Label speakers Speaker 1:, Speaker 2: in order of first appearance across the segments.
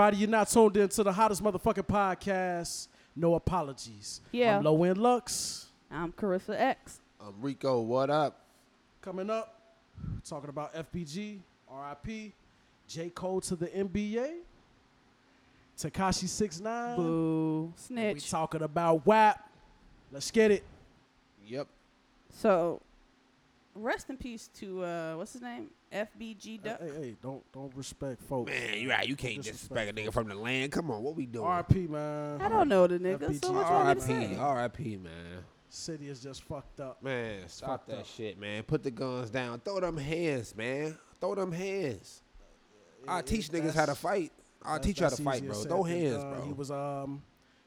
Speaker 1: Everybody, you're not tuned in to the hottest motherfucking podcast. No apologies.
Speaker 2: Yeah.
Speaker 1: I'm Low End Lux.
Speaker 2: I'm Carissa X.
Speaker 3: Um, Rico, what up?
Speaker 1: Coming up, talking about FPG, RIP, J. Cole to the NBA, Takashi 69
Speaker 2: Boo.
Speaker 1: We
Speaker 2: Snitch.
Speaker 1: talking about WAP. Let's get it.
Speaker 3: Yep.
Speaker 2: So, rest in peace to, uh, what's his name? FBG Duck.
Speaker 1: Uh, Hey, hey, hey, don't don't respect folks.
Speaker 3: Man, you right. You can't disrespect a nigga from the land. Come on, what we doing?
Speaker 1: RIP, man.
Speaker 2: I don't know the nigga,
Speaker 1: FBG.
Speaker 2: so what you want me to
Speaker 3: R.I.P.
Speaker 2: say?
Speaker 3: R.I.P. Man,
Speaker 1: City is just fucked up.
Speaker 3: man, stop
Speaker 1: fucked
Speaker 3: that
Speaker 1: up.
Speaker 3: shit, man. Put the guns down. Throw them hands, man. Throw them hands. I teach niggas how to
Speaker 1: that's-
Speaker 3: fight. I
Speaker 1: That-
Speaker 3: teach you how
Speaker 1: that's
Speaker 3: to fight,
Speaker 1: easier
Speaker 3: bro.
Speaker 1: said
Speaker 3: Throw
Speaker 1: than
Speaker 3: hands,
Speaker 1: done. He
Speaker 3: bro.
Speaker 1: was um,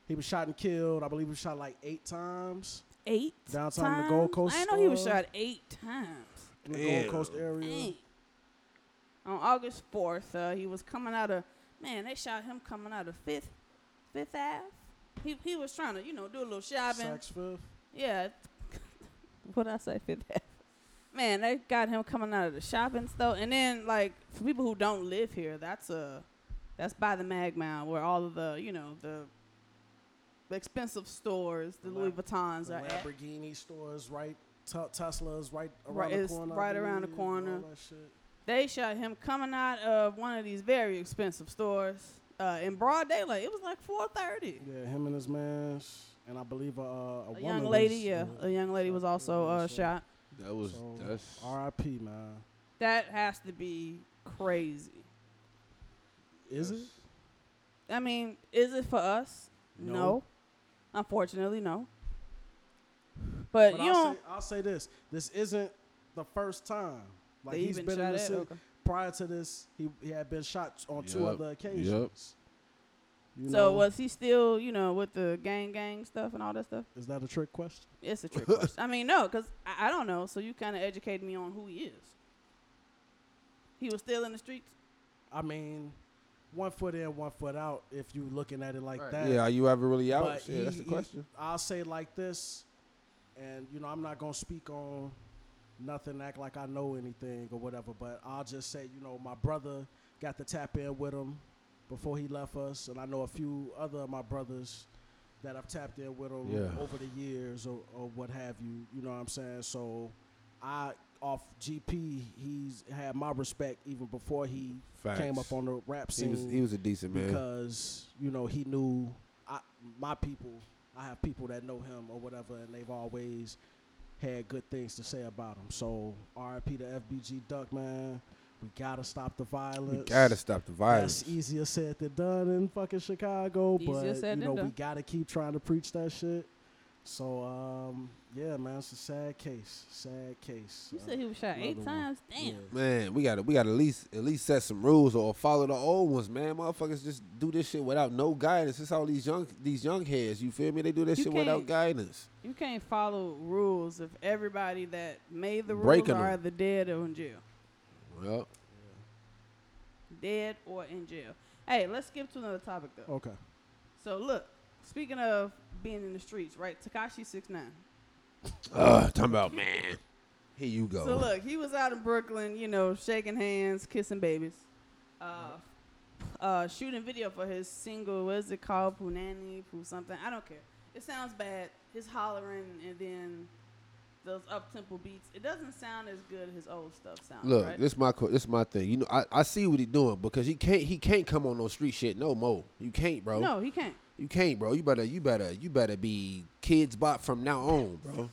Speaker 1: he was shot and killed. I believe he was shot like eight times
Speaker 2: Eight
Speaker 1: Downtown in
Speaker 2: times?
Speaker 1: the Gold Coast,
Speaker 2: I didn't know he was
Speaker 1: uh,
Speaker 2: shot eight times.
Speaker 1: in the
Speaker 3: Damn.
Speaker 1: Gold Coast area.
Speaker 2: Dang. On August 4th, uh, he was coming out of, man, they shot him coming out of 5th, 5th Ave. He, he was trying to, you know, do a little shopping.
Speaker 1: Saks Fifth.
Speaker 2: Yeah. what I say for that? Man, they got him coming out of the shopping store, and then like for people who don't live here, that's a that's by the Mag Mound where all of the you know the, the expensive stores, the
Speaker 1: The
Speaker 2: Louis
Speaker 1: lab-
Speaker 2: Vuittons
Speaker 1: The
Speaker 2: are at.
Speaker 1: Lamborghini stores, right? T- Tesla's right around
Speaker 2: Right,
Speaker 1: the
Speaker 2: it's
Speaker 1: corner. I
Speaker 2: right around the
Speaker 1: believe, and all
Speaker 2: corner.
Speaker 1: that shit.
Speaker 2: They shot him coming out of one of these very expensive stores uh, in broad daylight. It was like four thirty.
Speaker 1: Yeah, him and his man's, and I believe a, a,
Speaker 2: A
Speaker 1: woman
Speaker 2: young
Speaker 1: was-
Speaker 2: lady, yeah,
Speaker 1: uh,
Speaker 2: a young lady was
Speaker 1: shot,
Speaker 2: also
Speaker 1: yeah,
Speaker 2: uh,
Speaker 1: so-
Speaker 2: shot.
Speaker 3: That was
Speaker 1: So,
Speaker 3: that's.
Speaker 1: R.I.P. Man,
Speaker 2: That has to be crazy.
Speaker 1: is it?
Speaker 3: that's-
Speaker 2: I mean, is it for us?
Speaker 1: No.
Speaker 2: No. Unfortunately, no. But, you
Speaker 1: I'll
Speaker 2: don't.
Speaker 1: say, I'll say this: this isn't the first time. Like
Speaker 2: they
Speaker 1: he's
Speaker 2: even
Speaker 1: been in
Speaker 2: shot
Speaker 1: the
Speaker 2: at.
Speaker 1: city.
Speaker 2: okay.
Speaker 1: Prior to this, he, he had been shot on two
Speaker 3: Yup,
Speaker 1: other occasions. You
Speaker 2: So
Speaker 1: know,
Speaker 2: was he still, you know, with the gang gang stuff and all that stuff?
Speaker 1: is that a trick question?
Speaker 2: It's a trick question. I mean, no, because I, I don't know. So you kind of educated me on who he is. He was still in the streets.
Speaker 1: I mean, one foot in, one foot out. If you looking at it like
Speaker 3: Right.
Speaker 1: that,
Speaker 3: Yeah, are you ever really out?
Speaker 1: But
Speaker 3: yeah,
Speaker 1: he-
Speaker 3: that's the
Speaker 1: he-
Speaker 3: question.
Speaker 1: I'll say it like this, and you know, I'm not gonna speak on nothing, act like I know anything or whatever. But I'll just say, you know, my brother got to tap in with him before he left us, and I know a few other of my brothers that I've tapped in with him
Speaker 3: Yeah.
Speaker 1: over the years or, or what have you. You know what I'm saying? So I off GP, he's had my respect even before he came
Speaker 3: Facts.
Speaker 1: up on the rap
Speaker 3: He
Speaker 1: scene
Speaker 3: was he was a decent man.
Speaker 1: because you know he knew I, my people. I have people that know him or whatever, and they've always had good things to say about him. So R.I.P. to FBG Duck, man. We gotta stop the
Speaker 3: We
Speaker 1: violence.
Speaker 3: gotta stop the violence.
Speaker 1: That's easier said than done in fucking Chicago,
Speaker 2: Easier
Speaker 1: but
Speaker 2: said
Speaker 1: you
Speaker 2: than
Speaker 1: know we
Speaker 2: done.
Speaker 1: gotta keep trying to preach that shit. So um, yeah, man, it's a sad case. Sad case.
Speaker 2: You
Speaker 1: Uh,
Speaker 2: said he was shot
Speaker 1: another
Speaker 2: eight
Speaker 1: one.
Speaker 2: times. Damn.
Speaker 1: yeah.
Speaker 3: Man, we gotta we gotta at least at least set some rules or follow the old ones, man. Motherfuckers just do this shit without no guidance. It's all these young these young heads. You feel me? They do this
Speaker 2: You
Speaker 3: shit without
Speaker 2: can't-
Speaker 3: guidance.
Speaker 2: You can't follow rules if everybody that made the rules
Speaker 3: Breaking
Speaker 2: are
Speaker 3: 'em.
Speaker 2: either dead or in jail.
Speaker 3: Well,
Speaker 2: Dead or in jail. Hey, let's skip to another topic though.
Speaker 1: Okay.
Speaker 2: So look, speaking of being in the streets, right? Takashi six nine.
Speaker 3: uh, talking about man. Here you go.
Speaker 2: So look, he was out in Brooklyn, you know, shaking hands, kissing babies, uh, uh, shooting video for his single. What is it called? Punani, Poo something. I don't care. It sounds bad. His hollering and then those up tempo beats. It doesn't sound as good as his old stuff sounds.
Speaker 3: Look,
Speaker 2: right?
Speaker 3: this my co- this my thing. You know, I, I see what he doing because he can't he can't come on no street shit no more. You can't, bro.
Speaker 2: no, he can't.
Speaker 3: You can't, bro. You better, you better, you better be kids bot from now on, bro.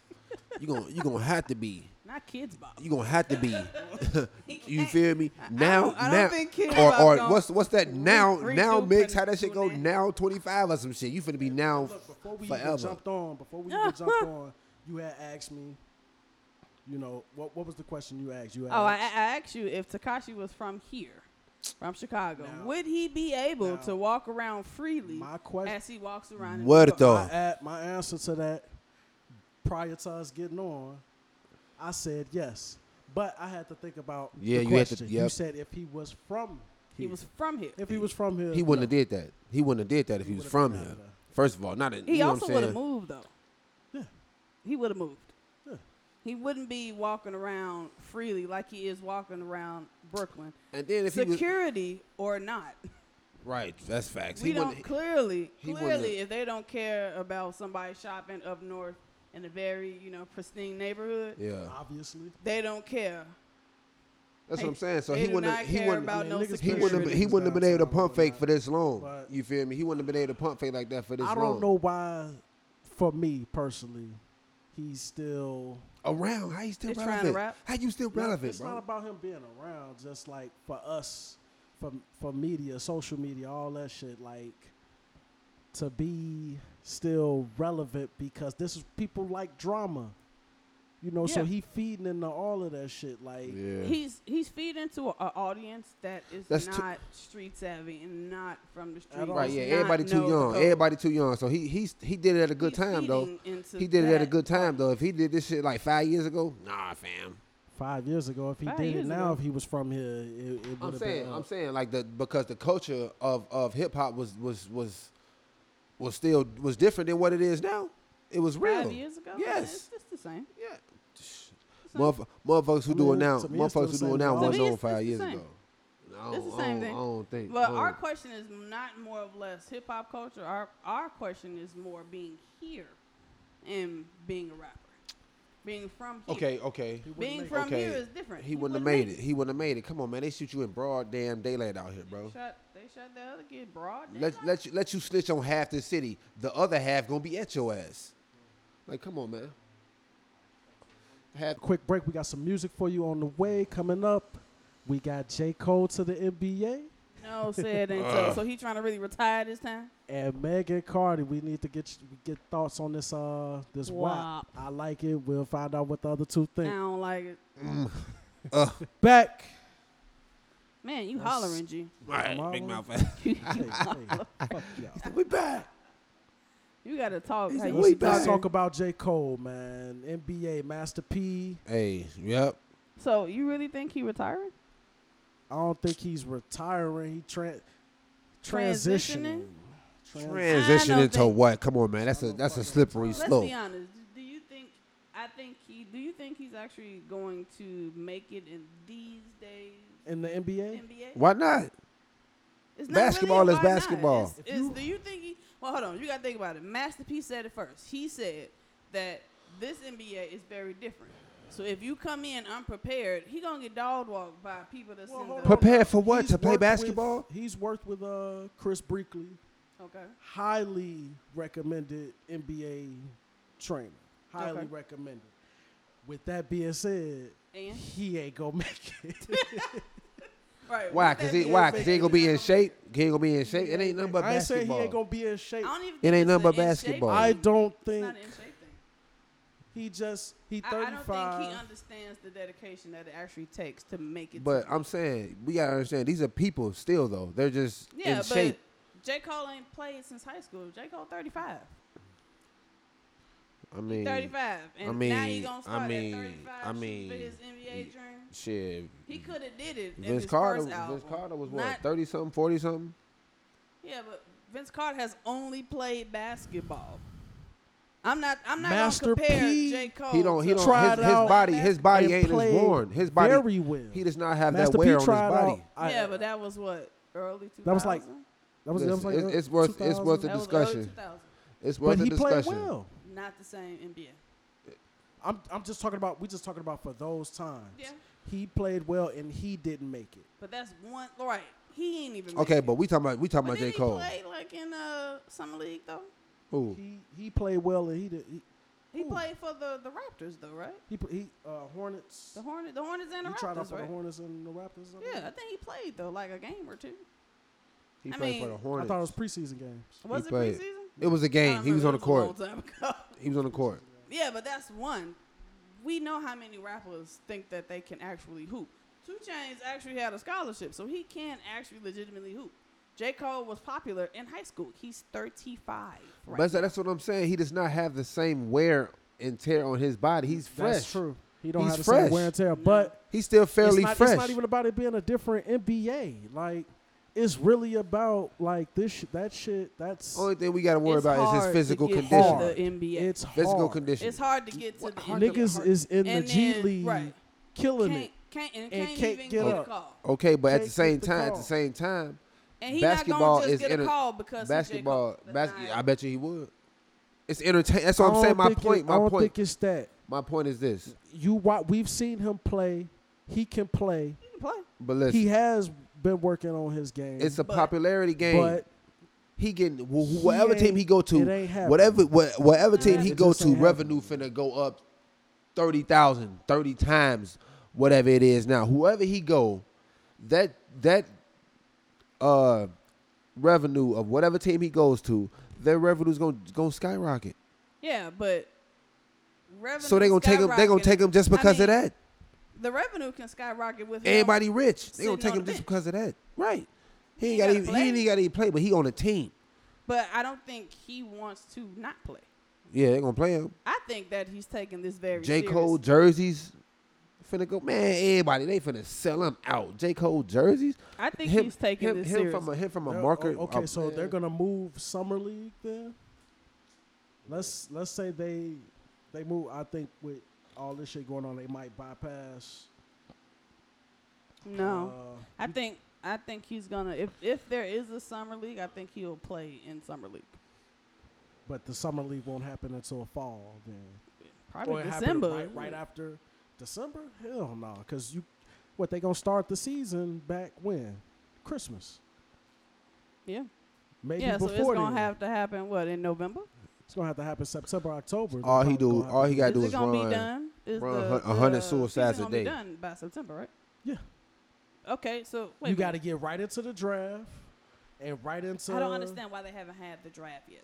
Speaker 3: you gon' you gonna have to be.
Speaker 2: Not kids, Bob.
Speaker 3: You gonna have to be.
Speaker 2: He
Speaker 3: you
Speaker 2: can't.
Speaker 3: feel me? Now,
Speaker 2: don't- I don't
Speaker 3: now,
Speaker 2: think kids
Speaker 3: or
Speaker 2: bop
Speaker 3: or
Speaker 2: gon'
Speaker 3: what's what's that now
Speaker 2: re-
Speaker 3: now
Speaker 2: redo
Speaker 3: mix?
Speaker 2: Pun-
Speaker 3: How that shit go?
Speaker 2: Punani.
Speaker 3: Now twenty five or some shit. You finna be now
Speaker 1: Look, before we even
Speaker 3: forever.
Speaker 1: jumped on, before we even jumped on, you had asked me, you know, what what was the question you asked? You asked,
Speaker 2: Oh, I, I asked you if Takashi was from here, from Chicago,
Speaker 1: Now-
Speaker 2: would he be able
Speaker 1: now-
Speaker 2: to walk around freely
Speaker 1: My question-
Speaker 2: as he walks around? in
Speaker 3: What
Speaker 2: New York?
Speaker 3: the-
Speaker 1: my, a- my answer to that prior to us getting on, I said yes, but I had to think about
Speaker 3: Yeah,
Speaker 1: the
Speaker 3: you had to-
Speaker 1: question. You
Speaker 3: yep.
Speaker 1: said if he was from
Speaker 2: He was from here.
Speaker 1: if he was from here,
Speaker 3: He wouldn't have did that. He wouldn't have did that if he, was
Speaker 1: would've
Speaker 3: from
Speaker 1: been out
Speaker 3: here.
Speaker 1: of there.
Speaker 3: First of all, not in,
Speaker 2: He
Speaker 3: you know
Speaker 2: also
Speaker 3: what I'm
Speaker 2: would have
Speaker 3: saying.
Speaker 2: moved though.
Speaker 1: Yeah.
Speaker 2: He would have moved.
Speaker 1: Yeah.
Speaker 2: He wouldn't be walking around freely like he is walking around Brooklyn,
Speaker 3: And then if he was
Speaker 2: security or not.
Speaker 3: Right, that's facts.
Speaker 2: we
Speaker 3: he
Speaker 2: don't
Speaker 3: wouldn't.
Speaker 2: clearly,
Speaker 3: he wouldn't-
Speaker 2: clearly, if they don't care about somebody shopping up north in a very, you know, pristine neighborhood,
Speaker 3: yeah,
Speaker 1: Obviously.
Speaker 2: they don't care.
Speaker 3: that's
Speaker 2: They-
Speaker 3: what I'm saying. So
Speaker 2: they
Speaker 3: he
Speaker 2: do
Speaker 3: wouldn't.
Speaker 2: not
Speaker 3: He
Speaker 2: care
Speaker 3: wouldn't.
Speaker 2: about
Speaker 1: Yeah,
Speaker 2: no
Speaker 1: niggas
Speaker 3: he
Speaker 1: care.
Speaker 2: security.
Speaker 3: wouldn't. Have, been- he
Speaker 1: Niggas
Speaker 3: wouldn't have been able to
Speaker 1: downtown
Speaker 3: pump
Speaker 1: or
Speaker 3: fake
Speaker 1: not.
Speaker 3: for this long.
Speaker 1: But-
Speaker 3: you feel me? He wouldn't have been able to pump fake like that for this
Speaker 1: I
Speaker 3: long.
Speaker 1: don't know why, for me personally, he's still.
Speaker 3: Around? How you still
Speaker 2: They trying to
Speaker 3: relevant?
Speaker 2: rap?
Speaker 3: How you still relevant,
Speaker 1: it's
Speaker 3: bro?
Speaker 1: not about him being around, just like for us, for, for media, social media, all that shit. Like, to be still relevant because this is people like drama. You know, so
Speaker 2: Yeah.
Speaker 1: he feeding into all of that shit. Like,
Speaker 3: yeah.
Speaker 2: He's he's feeding to an audience that is
Speaker 3: That's too-
Speaker 2: not street savvy and not from the street.
Speaker 1: all.
Speaker 3: Right, yeah.
Speaker 1: does
Speaker 3: Everybody too young. Everybody too young. So he he he did it at a good time though. He did it at a good time though. If he did this shit like five years ago, nah, fam.
Speaker 1: five years ago, if he
Speaker 2: Five
Speaker 1: did it
Speaker 2: years
Speaker 1: now,
Speaker 2: ago.
Speaker 1: if he was from here, it, it would
Speaker 3: I'm
Speaker 1: have
Speaker 3: saying,
Speaker 1: been.
Speaker 3: I'm
Speaker 1: up.
Speaker 3: saying, like the because the culture of of hip hop was was was was still was different than what it is now. It was real.
Speaker 2: Five years ago.
Speaker 3: Yes.
Speaker 2: it's, it's the same.
Speaker 3: Yeah.
Speaker 2: So-
Speaker 3: Motherf- motherfuckers who
Speaker 1: I
Speaker 3: do it
Speaker 1: mean,
Speaker 3: now,
Speaker 1: to me, it's still
Speaker 3: motherfuckers who
Speaker 1: the
Speaker 3: do it
Speaker 1: same
Speaker 3: now
Speaker 1: thing.
Speaker 3: wasn't
Speaker 2: To me, it's-
Speaker 3: on
Speaker 2: it's
Speaker 3: five
Speaker 2: the
Speaker 3: years
Speaker 2: same.
Speaker 3: ago. I
Speaker 2: It's the
Speaker 3: don't- I
Speaker 2: same
Speaker 3: don't-
Speaker 2: thing.
Speaker 3: I don't think. I
Speaker 2: But
Speaker 3: don't-
Speaker 2: our question is not more of less hip hop culture. Our our question is more being here and being a rapper, being from here.
Speaker 3: okay, okay.
Speaker 2: being
Speaker 1: make
Speaker 2: from
Speaker 3: okay.
Speaker 2: here is different.
Speaker 3: He wouldn't have made it. He wouldn't have made it. Come on, man. They shoot you in broad damn daylight out here, bro.
Speaker 2: Shut, they shut the other kid broad.
Speaker 3: Let
Speaker 2: daylight.
Speaker 3: let you let you snitch on half the city. The other half gonna be at your ass. Like, come on, man. Half
Speaker 1: Quick break. We got some music for you on the way coming up. We got J. Cole to the NBA
Speaker 2: no, said ain't
Speaker 1: Uh.
Speaker 2: so. So he trying to really retire this time.
Speaker 1: and Megan Cardi. We need to get you- get thoughts on this uh this WAP.
Speaker 2: WAP.
Speaker 1: I like it. We'll find out what the other two
Speaker 2: I
Speaker 1: think.
Speaker 2: don't like it.
Speaker 1: Back.
Speaker 2: Man, you hollering, G.
Speaker 1: Tomorrow.
Speaker 3: right, big mouth ass.
Speaker 1: Hey, hey, fuck y'all.
Speaker 3: we back.
Speaker 2: You gotta talk. How
Speaker 1: Let's,
Speaker 2: you
Speaker 3: We
Speaker 2: be
Speaker 1: let's
Speaker 3: back.
Speaker 1: talk
Speaker 2: talking.
Speaker 1: about J. Cole, man. NBA Master P.
Speaker 3: Hey, yep.
Speaker 2: So you really think he retiring?
Speaker 1: I don't think he's retiring. He tran transitioning. Transitioning.
Speaker 3: Transition
Speaker 2: I
Speaker 3: into
Speaker 2: don't think-
Speaker 3: what? Come on, man. That's a that's a slippery
Speaker 2: Let's
Speaker 3: slope.
Speaker 2: be honest. Do you think? I think he. Do you think he's actually going to make it in these days?
Speaker 1: in the NBA.
Speaker 2: NBA.
Speaker 3: Why not?
Speaker 2: It's
Speaker 3: Basketball
Speaker 2: really
Speaker 3: is
Speaker 2: why not.
Speaker 3: basketball.
Speaker 2: It's- it's- do you think he? Well, hold on. You gotta think about it. Masterpiece said it first. He said that this NBA is very different. So if you come in unprepared, he gonna get dog walked by people that's
Speaker 1: Well,
Speaker 2: in
Speaker 1: hold
Speaker 2: the
Speaker 1: on.
Speaker 3: Prepare for what?
Speaker 1: He's
Speaker 3: to play
Speaker 1: worked with-
Speaker 3: basketball?
Speaker 1: he's worked with uh Chris Brinkley,
Speaker 2: okay.
Speaker 1: highly recommended NBA trainer. Highly
Speaker 2: Okay.
Speaker 1: recommended. With that being said,
Speaker 2: And?
Speaker 1: he ain't gonna make it.
Speaker 2: Right.
Speaker 3: Why?
Speaker 2: with that
Speaker 3: Cause he
Speaker 2: being
Speaker 3: why?
Speaker 2: said,
Speaker 3: Cause he ain't gonna be in shape. He ain't gonna be in shape. It ain't nothing but
Speaker 1: I ain't saying he
Speaker 3: basketball.
Speaker 1: ain't gonna be in shape.
Speaker 2: I don't even.
Speaker 3: It
Speaker 2: think
Speaker 3: ain't
Speaker 2: it's
Speaker 3: nothing
Speaker 2: a
Speaker 3: but
Speaker 2: in shape
Speaker 3: basketball.
Speaker 2: thing.
Speaker 1: I don't
Speaker 2: It's
Speaker 1: think
Speaker 2: not an in shape thing.
Speaker 1: he just he
Speaker 2: I, I
Speaker 1: thirty
Speaker 2: don't think he
Speaker 1: five.
Speaker 2: understands the dedication that it actually takes to make it.
Speaker 3: But
Speaker 2: to
Speaker 3: I'm saying we gotta understand these are people still though. They're just
Speaker 2: yeah,
Speaker 3: in
Speaker 2: but
Speaker 3: shape.
Speaker 2: J Cole ain't played since high school. J Cole 35.
Speaker 3: I mean,
Speaker 2: 35. And now
Speaker 3: I
Speaker 2: you
Speaker 3: mean-
Speaker 2: gonna
Speaker 3: I
Speaker 2: start
Speaker 3: mean-
Speaker 2: at 35
Speaker 3: I
Speaker 2: shooting
Speaker 3: mean,
Speaker 2: for his NBA
Speaker 3: y-
Speaker 2: dream.
Speaker 3: shit.
Speaker 2: He could have did it. in
Speaker 3: Vince
Speaker 2: his
Speaker 3: Carter.
Speaker 2: first album.
Speaker 3: Vince Carter was what
Speaker 2: Not-
Speaker 3: thirty something, forty something.
Speaker 2: Yeah, but Vince Carter has only played basketball. I'm not. I'm not
Speaker 1: Master
Speaker 2: gonna compare
Speaker 1: P,
Speaker 2: J Cole.
Speaker 3: He don't. He
Speaker 2: to-
Speaker 3: don't.
Speaker 1: Tried
Speaker 3: His, his
Speaker 1: Oh, out
Speaker 3: body. His body
Speaker 1: and
Speaker 3: ain't as
Speaker 1: played
Speaker 3: worn. His body.
Speaker 1: very well.
Speaker 3: He does not have
Speaker 1: Master P
Speaker 3: that wear on his
Speaker 1: tried out-
Speaker 3: body.
Speaker 1: I-
Speaker 2: yeah, but that was what early 2000.
Speaker 1: That was like- that was, that was
Speaker 3: Listen,
Speaker 1: like
Speaker 3: it's-
Speaker 1: uh,
Speaker 3: it's worth- it's worth
Speaker 1: 2000.
Speaker 3: it.
Speaker 2: That was
Speaker 3: discussion.
Speaker 2: early 2000.
Speaker 3: It's worth
Speaker 1: But
Speaker 3: a
Speaker 1: he played
Speaker 3: discussion.
Speaker 1: well.
Speaker 2: Not the same NBA.
Speaker 1: I'm I'm just talking about we just talking about for those times.
Speaker 2: Yeah.
Speaker 1: He played well and he didn't make it.
Speaker 2: But that's one. Right. He ain't even.
Speaker 3: Okay,
Speaker 2: making
Speaker 3: but
Speaker 2: it.
Speaker 3: we talking about we talking
Speaker 2: But
Speaker 3: about J
Speaker 2: did
Speaker 3: Cole.
Speaker 2: he play like in uh, summer league though?
Speaker 3: Who?
Speaker 1: He he played well and he did he
Speaker 2: He
Speaker 1: Ooh.
Speaker 2: played for the the Raptors though, right?
Speaker 1: he, pl- he uh, Hornets.
Speaker 2: The Hornets, the Hornets and the
Speaker 1: he tried out
Speaker 2: Raptors,
Speaker 1: for the
Speaker 2: right?
Speaker 1: Hornets and the Raptors. I
Speaker 2: yeah, I
Speaker 1: think.
Speaker 2: think he played though, like a game or two.
Speaker 3: He
Speaker 2: I
Speaker 3: played for
Speaker 2: mean-
Speaker 3: the
Speaker 1: I
Speaker 3: Hornets.
Speaker 1: thought it was preseason games.
Speaker 2: Was it
Speaker 3: played.
Speaker 2: preseason?
Speaker 3: It was a
Speaker 2: I
Speaker 3: game. He
Speaker 2: remember
Speaker 3: was on the
Speaker 2: it a
Speaker 3: court.
Speaker 2: long time ago.
Speaker 3: He was on the court.
Speaker 2: yeah, but that's one. We know how many rappers think that they can actually hoop. Two Chains actually had a scholarship, so he can actually legitimately hoop. J. Cole was popular in high school. He's 35. Right
Speaker 3: But that's what I'm saying. He does not have the same wear and tear on his body. He's fresh.
Speaker 1: That's true. He don't
Speaker 3: He's
Speaker 1: have the
Speaker 3: fresh.
Speaker 1: same wear and tear,
Speaker 2: No.
Speaker 1: but
Speaker 3: He's still fairly
Speaker 1: it's not,
Speaker 3: fresh.
Speaker 1: it's not even about it being a different NBA. Like it's really about like this sh- that shit. That's
Speaker 3: Only thing we got to worry
Speaker 2: It's
Speaker 3: about is
Speaker 2: hard
Speaker 3: his
Speaker 2: to
Speaker 3: physical
Speaker 2: get
Speaker 3: condition.
Speaker 2: to
Speaker 1: Hard.
Speaker 2: The NBA.
Speaker 1: it's
Speaker 3: Physical
Speaker 1: hard.
Speaker 3: condition.
Speaker 2: It's hard to get to the
Speaker 1: Niggas
Speaker 2: NBA.
Speaker 1: is in
Speaker 2: And
Speaker 1: the G
Speaker 2: then-
Speaker 1: League
Speaker 2: right.
Speaker 1: killing
Speaker 2: can't,
Speaker 1: it.
Speaker 2: can't,
Speaker 1: and
Speaker 2: and can't,
Speaker 1: can't
Speaker 2: even
Speaker 1: get
Speaker 2: get,
Speaker 1: up.
Speaker 2: a call.
Speaker 3: Okay, but at
Speaker 1: Take
Speaker 3: the same
Speaker 1: the
Speaker 3: time, at
Speaker 1: call.
Speaker 3: the same time,
Speaker 2: And he
Speaker 3: Basketball
Speaker 2: not gonna
Speaker 3: is
Speaker 2: just get
Speaker 3: inter-
Speaker 2: a call because
Speaker 3: basketball.
Speaker 2: Of J. Cole. That's
Speaker 3: Bas-
Speaker 2: not-
Speaker 3: I bet you he would. It's entertain. That's what I'm saying. My point.
Speaker 1: I
Speaker 3: My
Speaker 1: don't
Speaker 3: point.
Speaker 1: think it's that.
Speaker 3: My point is this.
Speaker 1: You wa we've seen him play. He can play.
Speaker 2: He can play.
Speaker 3: But listen,
Speaker 1: He has been working on his game.
Speaker 3: it's a
Speaker 2: But-
Speaker 3: popularity game.
Speaker 1: but
Speaker 3: he getting wh-
Speaker 1: He
Speaker 3: wh- whatever team he go
Speaker 1: it
Speaker 3: to,
Speaker 1: ain't happening.
Speaker 3: whatever wh- whatever team
Speaker 2: Nah,
Speaker 3: he
Speaker 1: it
Speaker 3: go
Speaker 1: just
Speaker 3: to,
Speaker 1: ain't
Speaker 3: revenue finna go up 30,000, 30 times whatever it is now. Whoever he go, that that uh revenue of whatever team he goes to, their revenue's going to going to skyrocket.
Speaker 2: Yeah, but revenue
Speaker 3: so they going to take him they going to take him just
Speaker 2: skyrocketing. I
Speaker 3: because
Speaker 2: mean,
Speaker 3: of that.
Speaker 2: The revenue can skyrocket with him.
Speaker 3: Everybody rich. They
Speaker 2: sitting
Speaker 3: going to take
Speaker 2: on
Speaker 3: him
Speaker 2: the
Speaker 3: just
Speaker 2: bench.
Speaker 3: because of that. Right. He ain't
Speaker 2: He
Speaker 3: got
Speaker 2: gotta
Speaker 3: even he ain't
Speaker 2: play.
Speaker 3: got to even play, but he on a team.
Speaker 2: But I don't think he wants to not play.
Speaker 3: Yeah, they going to play him.
Speaker 2: I think that he's taking this very
Speaker 3: J.
Speaker 2: serious.
Speaker 3: Cole jerseys finna go. Man, everybody they finna sell them out. J. Cole jerseys.
Speaker 2: I think he's taking
Speaker 3: him,
Speaker 2: this
Speaker 3: him
Speaker 2: serious.
Speaker 3: from a him from a
Speaker 1: they're-
Speaker 3: market.
Speaker 1: o- Okay,
Speaker 3: a-
Speaker 1: so they're gonna move summer league then. Let's let's say they they move. I think with all this shit going on, they might bypass.
Speaker 2: no,
Speaker 1: uh,
Speaker 2: I think I think he's gonna. If if there is a summer league, I think he'll play in summer league.
Speaker 1: but the summer league won't happen until fall then.
Speaker 2: Probably
Speaker 1: it happened
Speaker 2: December.
Speaker 1: right, right after December. Hell no, because you what they gonna start the season back when Christmas,
Speaker 2: Yeah.
Speaker 1: maybe
Speaker 2: yeah. So
Speaker 1: before
Speaker 2: it's gonna
Speaker 1: then.
Speaker 2: have to happen. What in November?
Speaker 1: it's gonna have to happen September, October.
Speaker 3: All he
Speaker 1: Probably
Speaker 3: do,
Speaker 1: gonna
Speaker 3: all
Speaker 1: happen.
Speaker 3: he gotta
Speaker 2: is
Speaker 3: do
Speaker 2: it
Speaker 3: is
Speaker 2: gonna
Speaker 3: run.
Speaker 2: be done? Is
Speaker 3: run
Speaker 2: the,
Speaker 3: hun- a hundred
Speaker 2: the
Speaker 3: suicides
Speaker 2: season
Speaker 3: a
Speaker 2: gonna be
Speaker 3: day.
Speaker 2: Done by September, right?
Speaker 1: Yeah.
Speaker 2: Okay, so wait.
Speaker 1: you
Speaker 2: a minute.
Speaker 1: got to get right into the draft and right into.
Speaker 2: I don't understand why they haven't had the draft yet.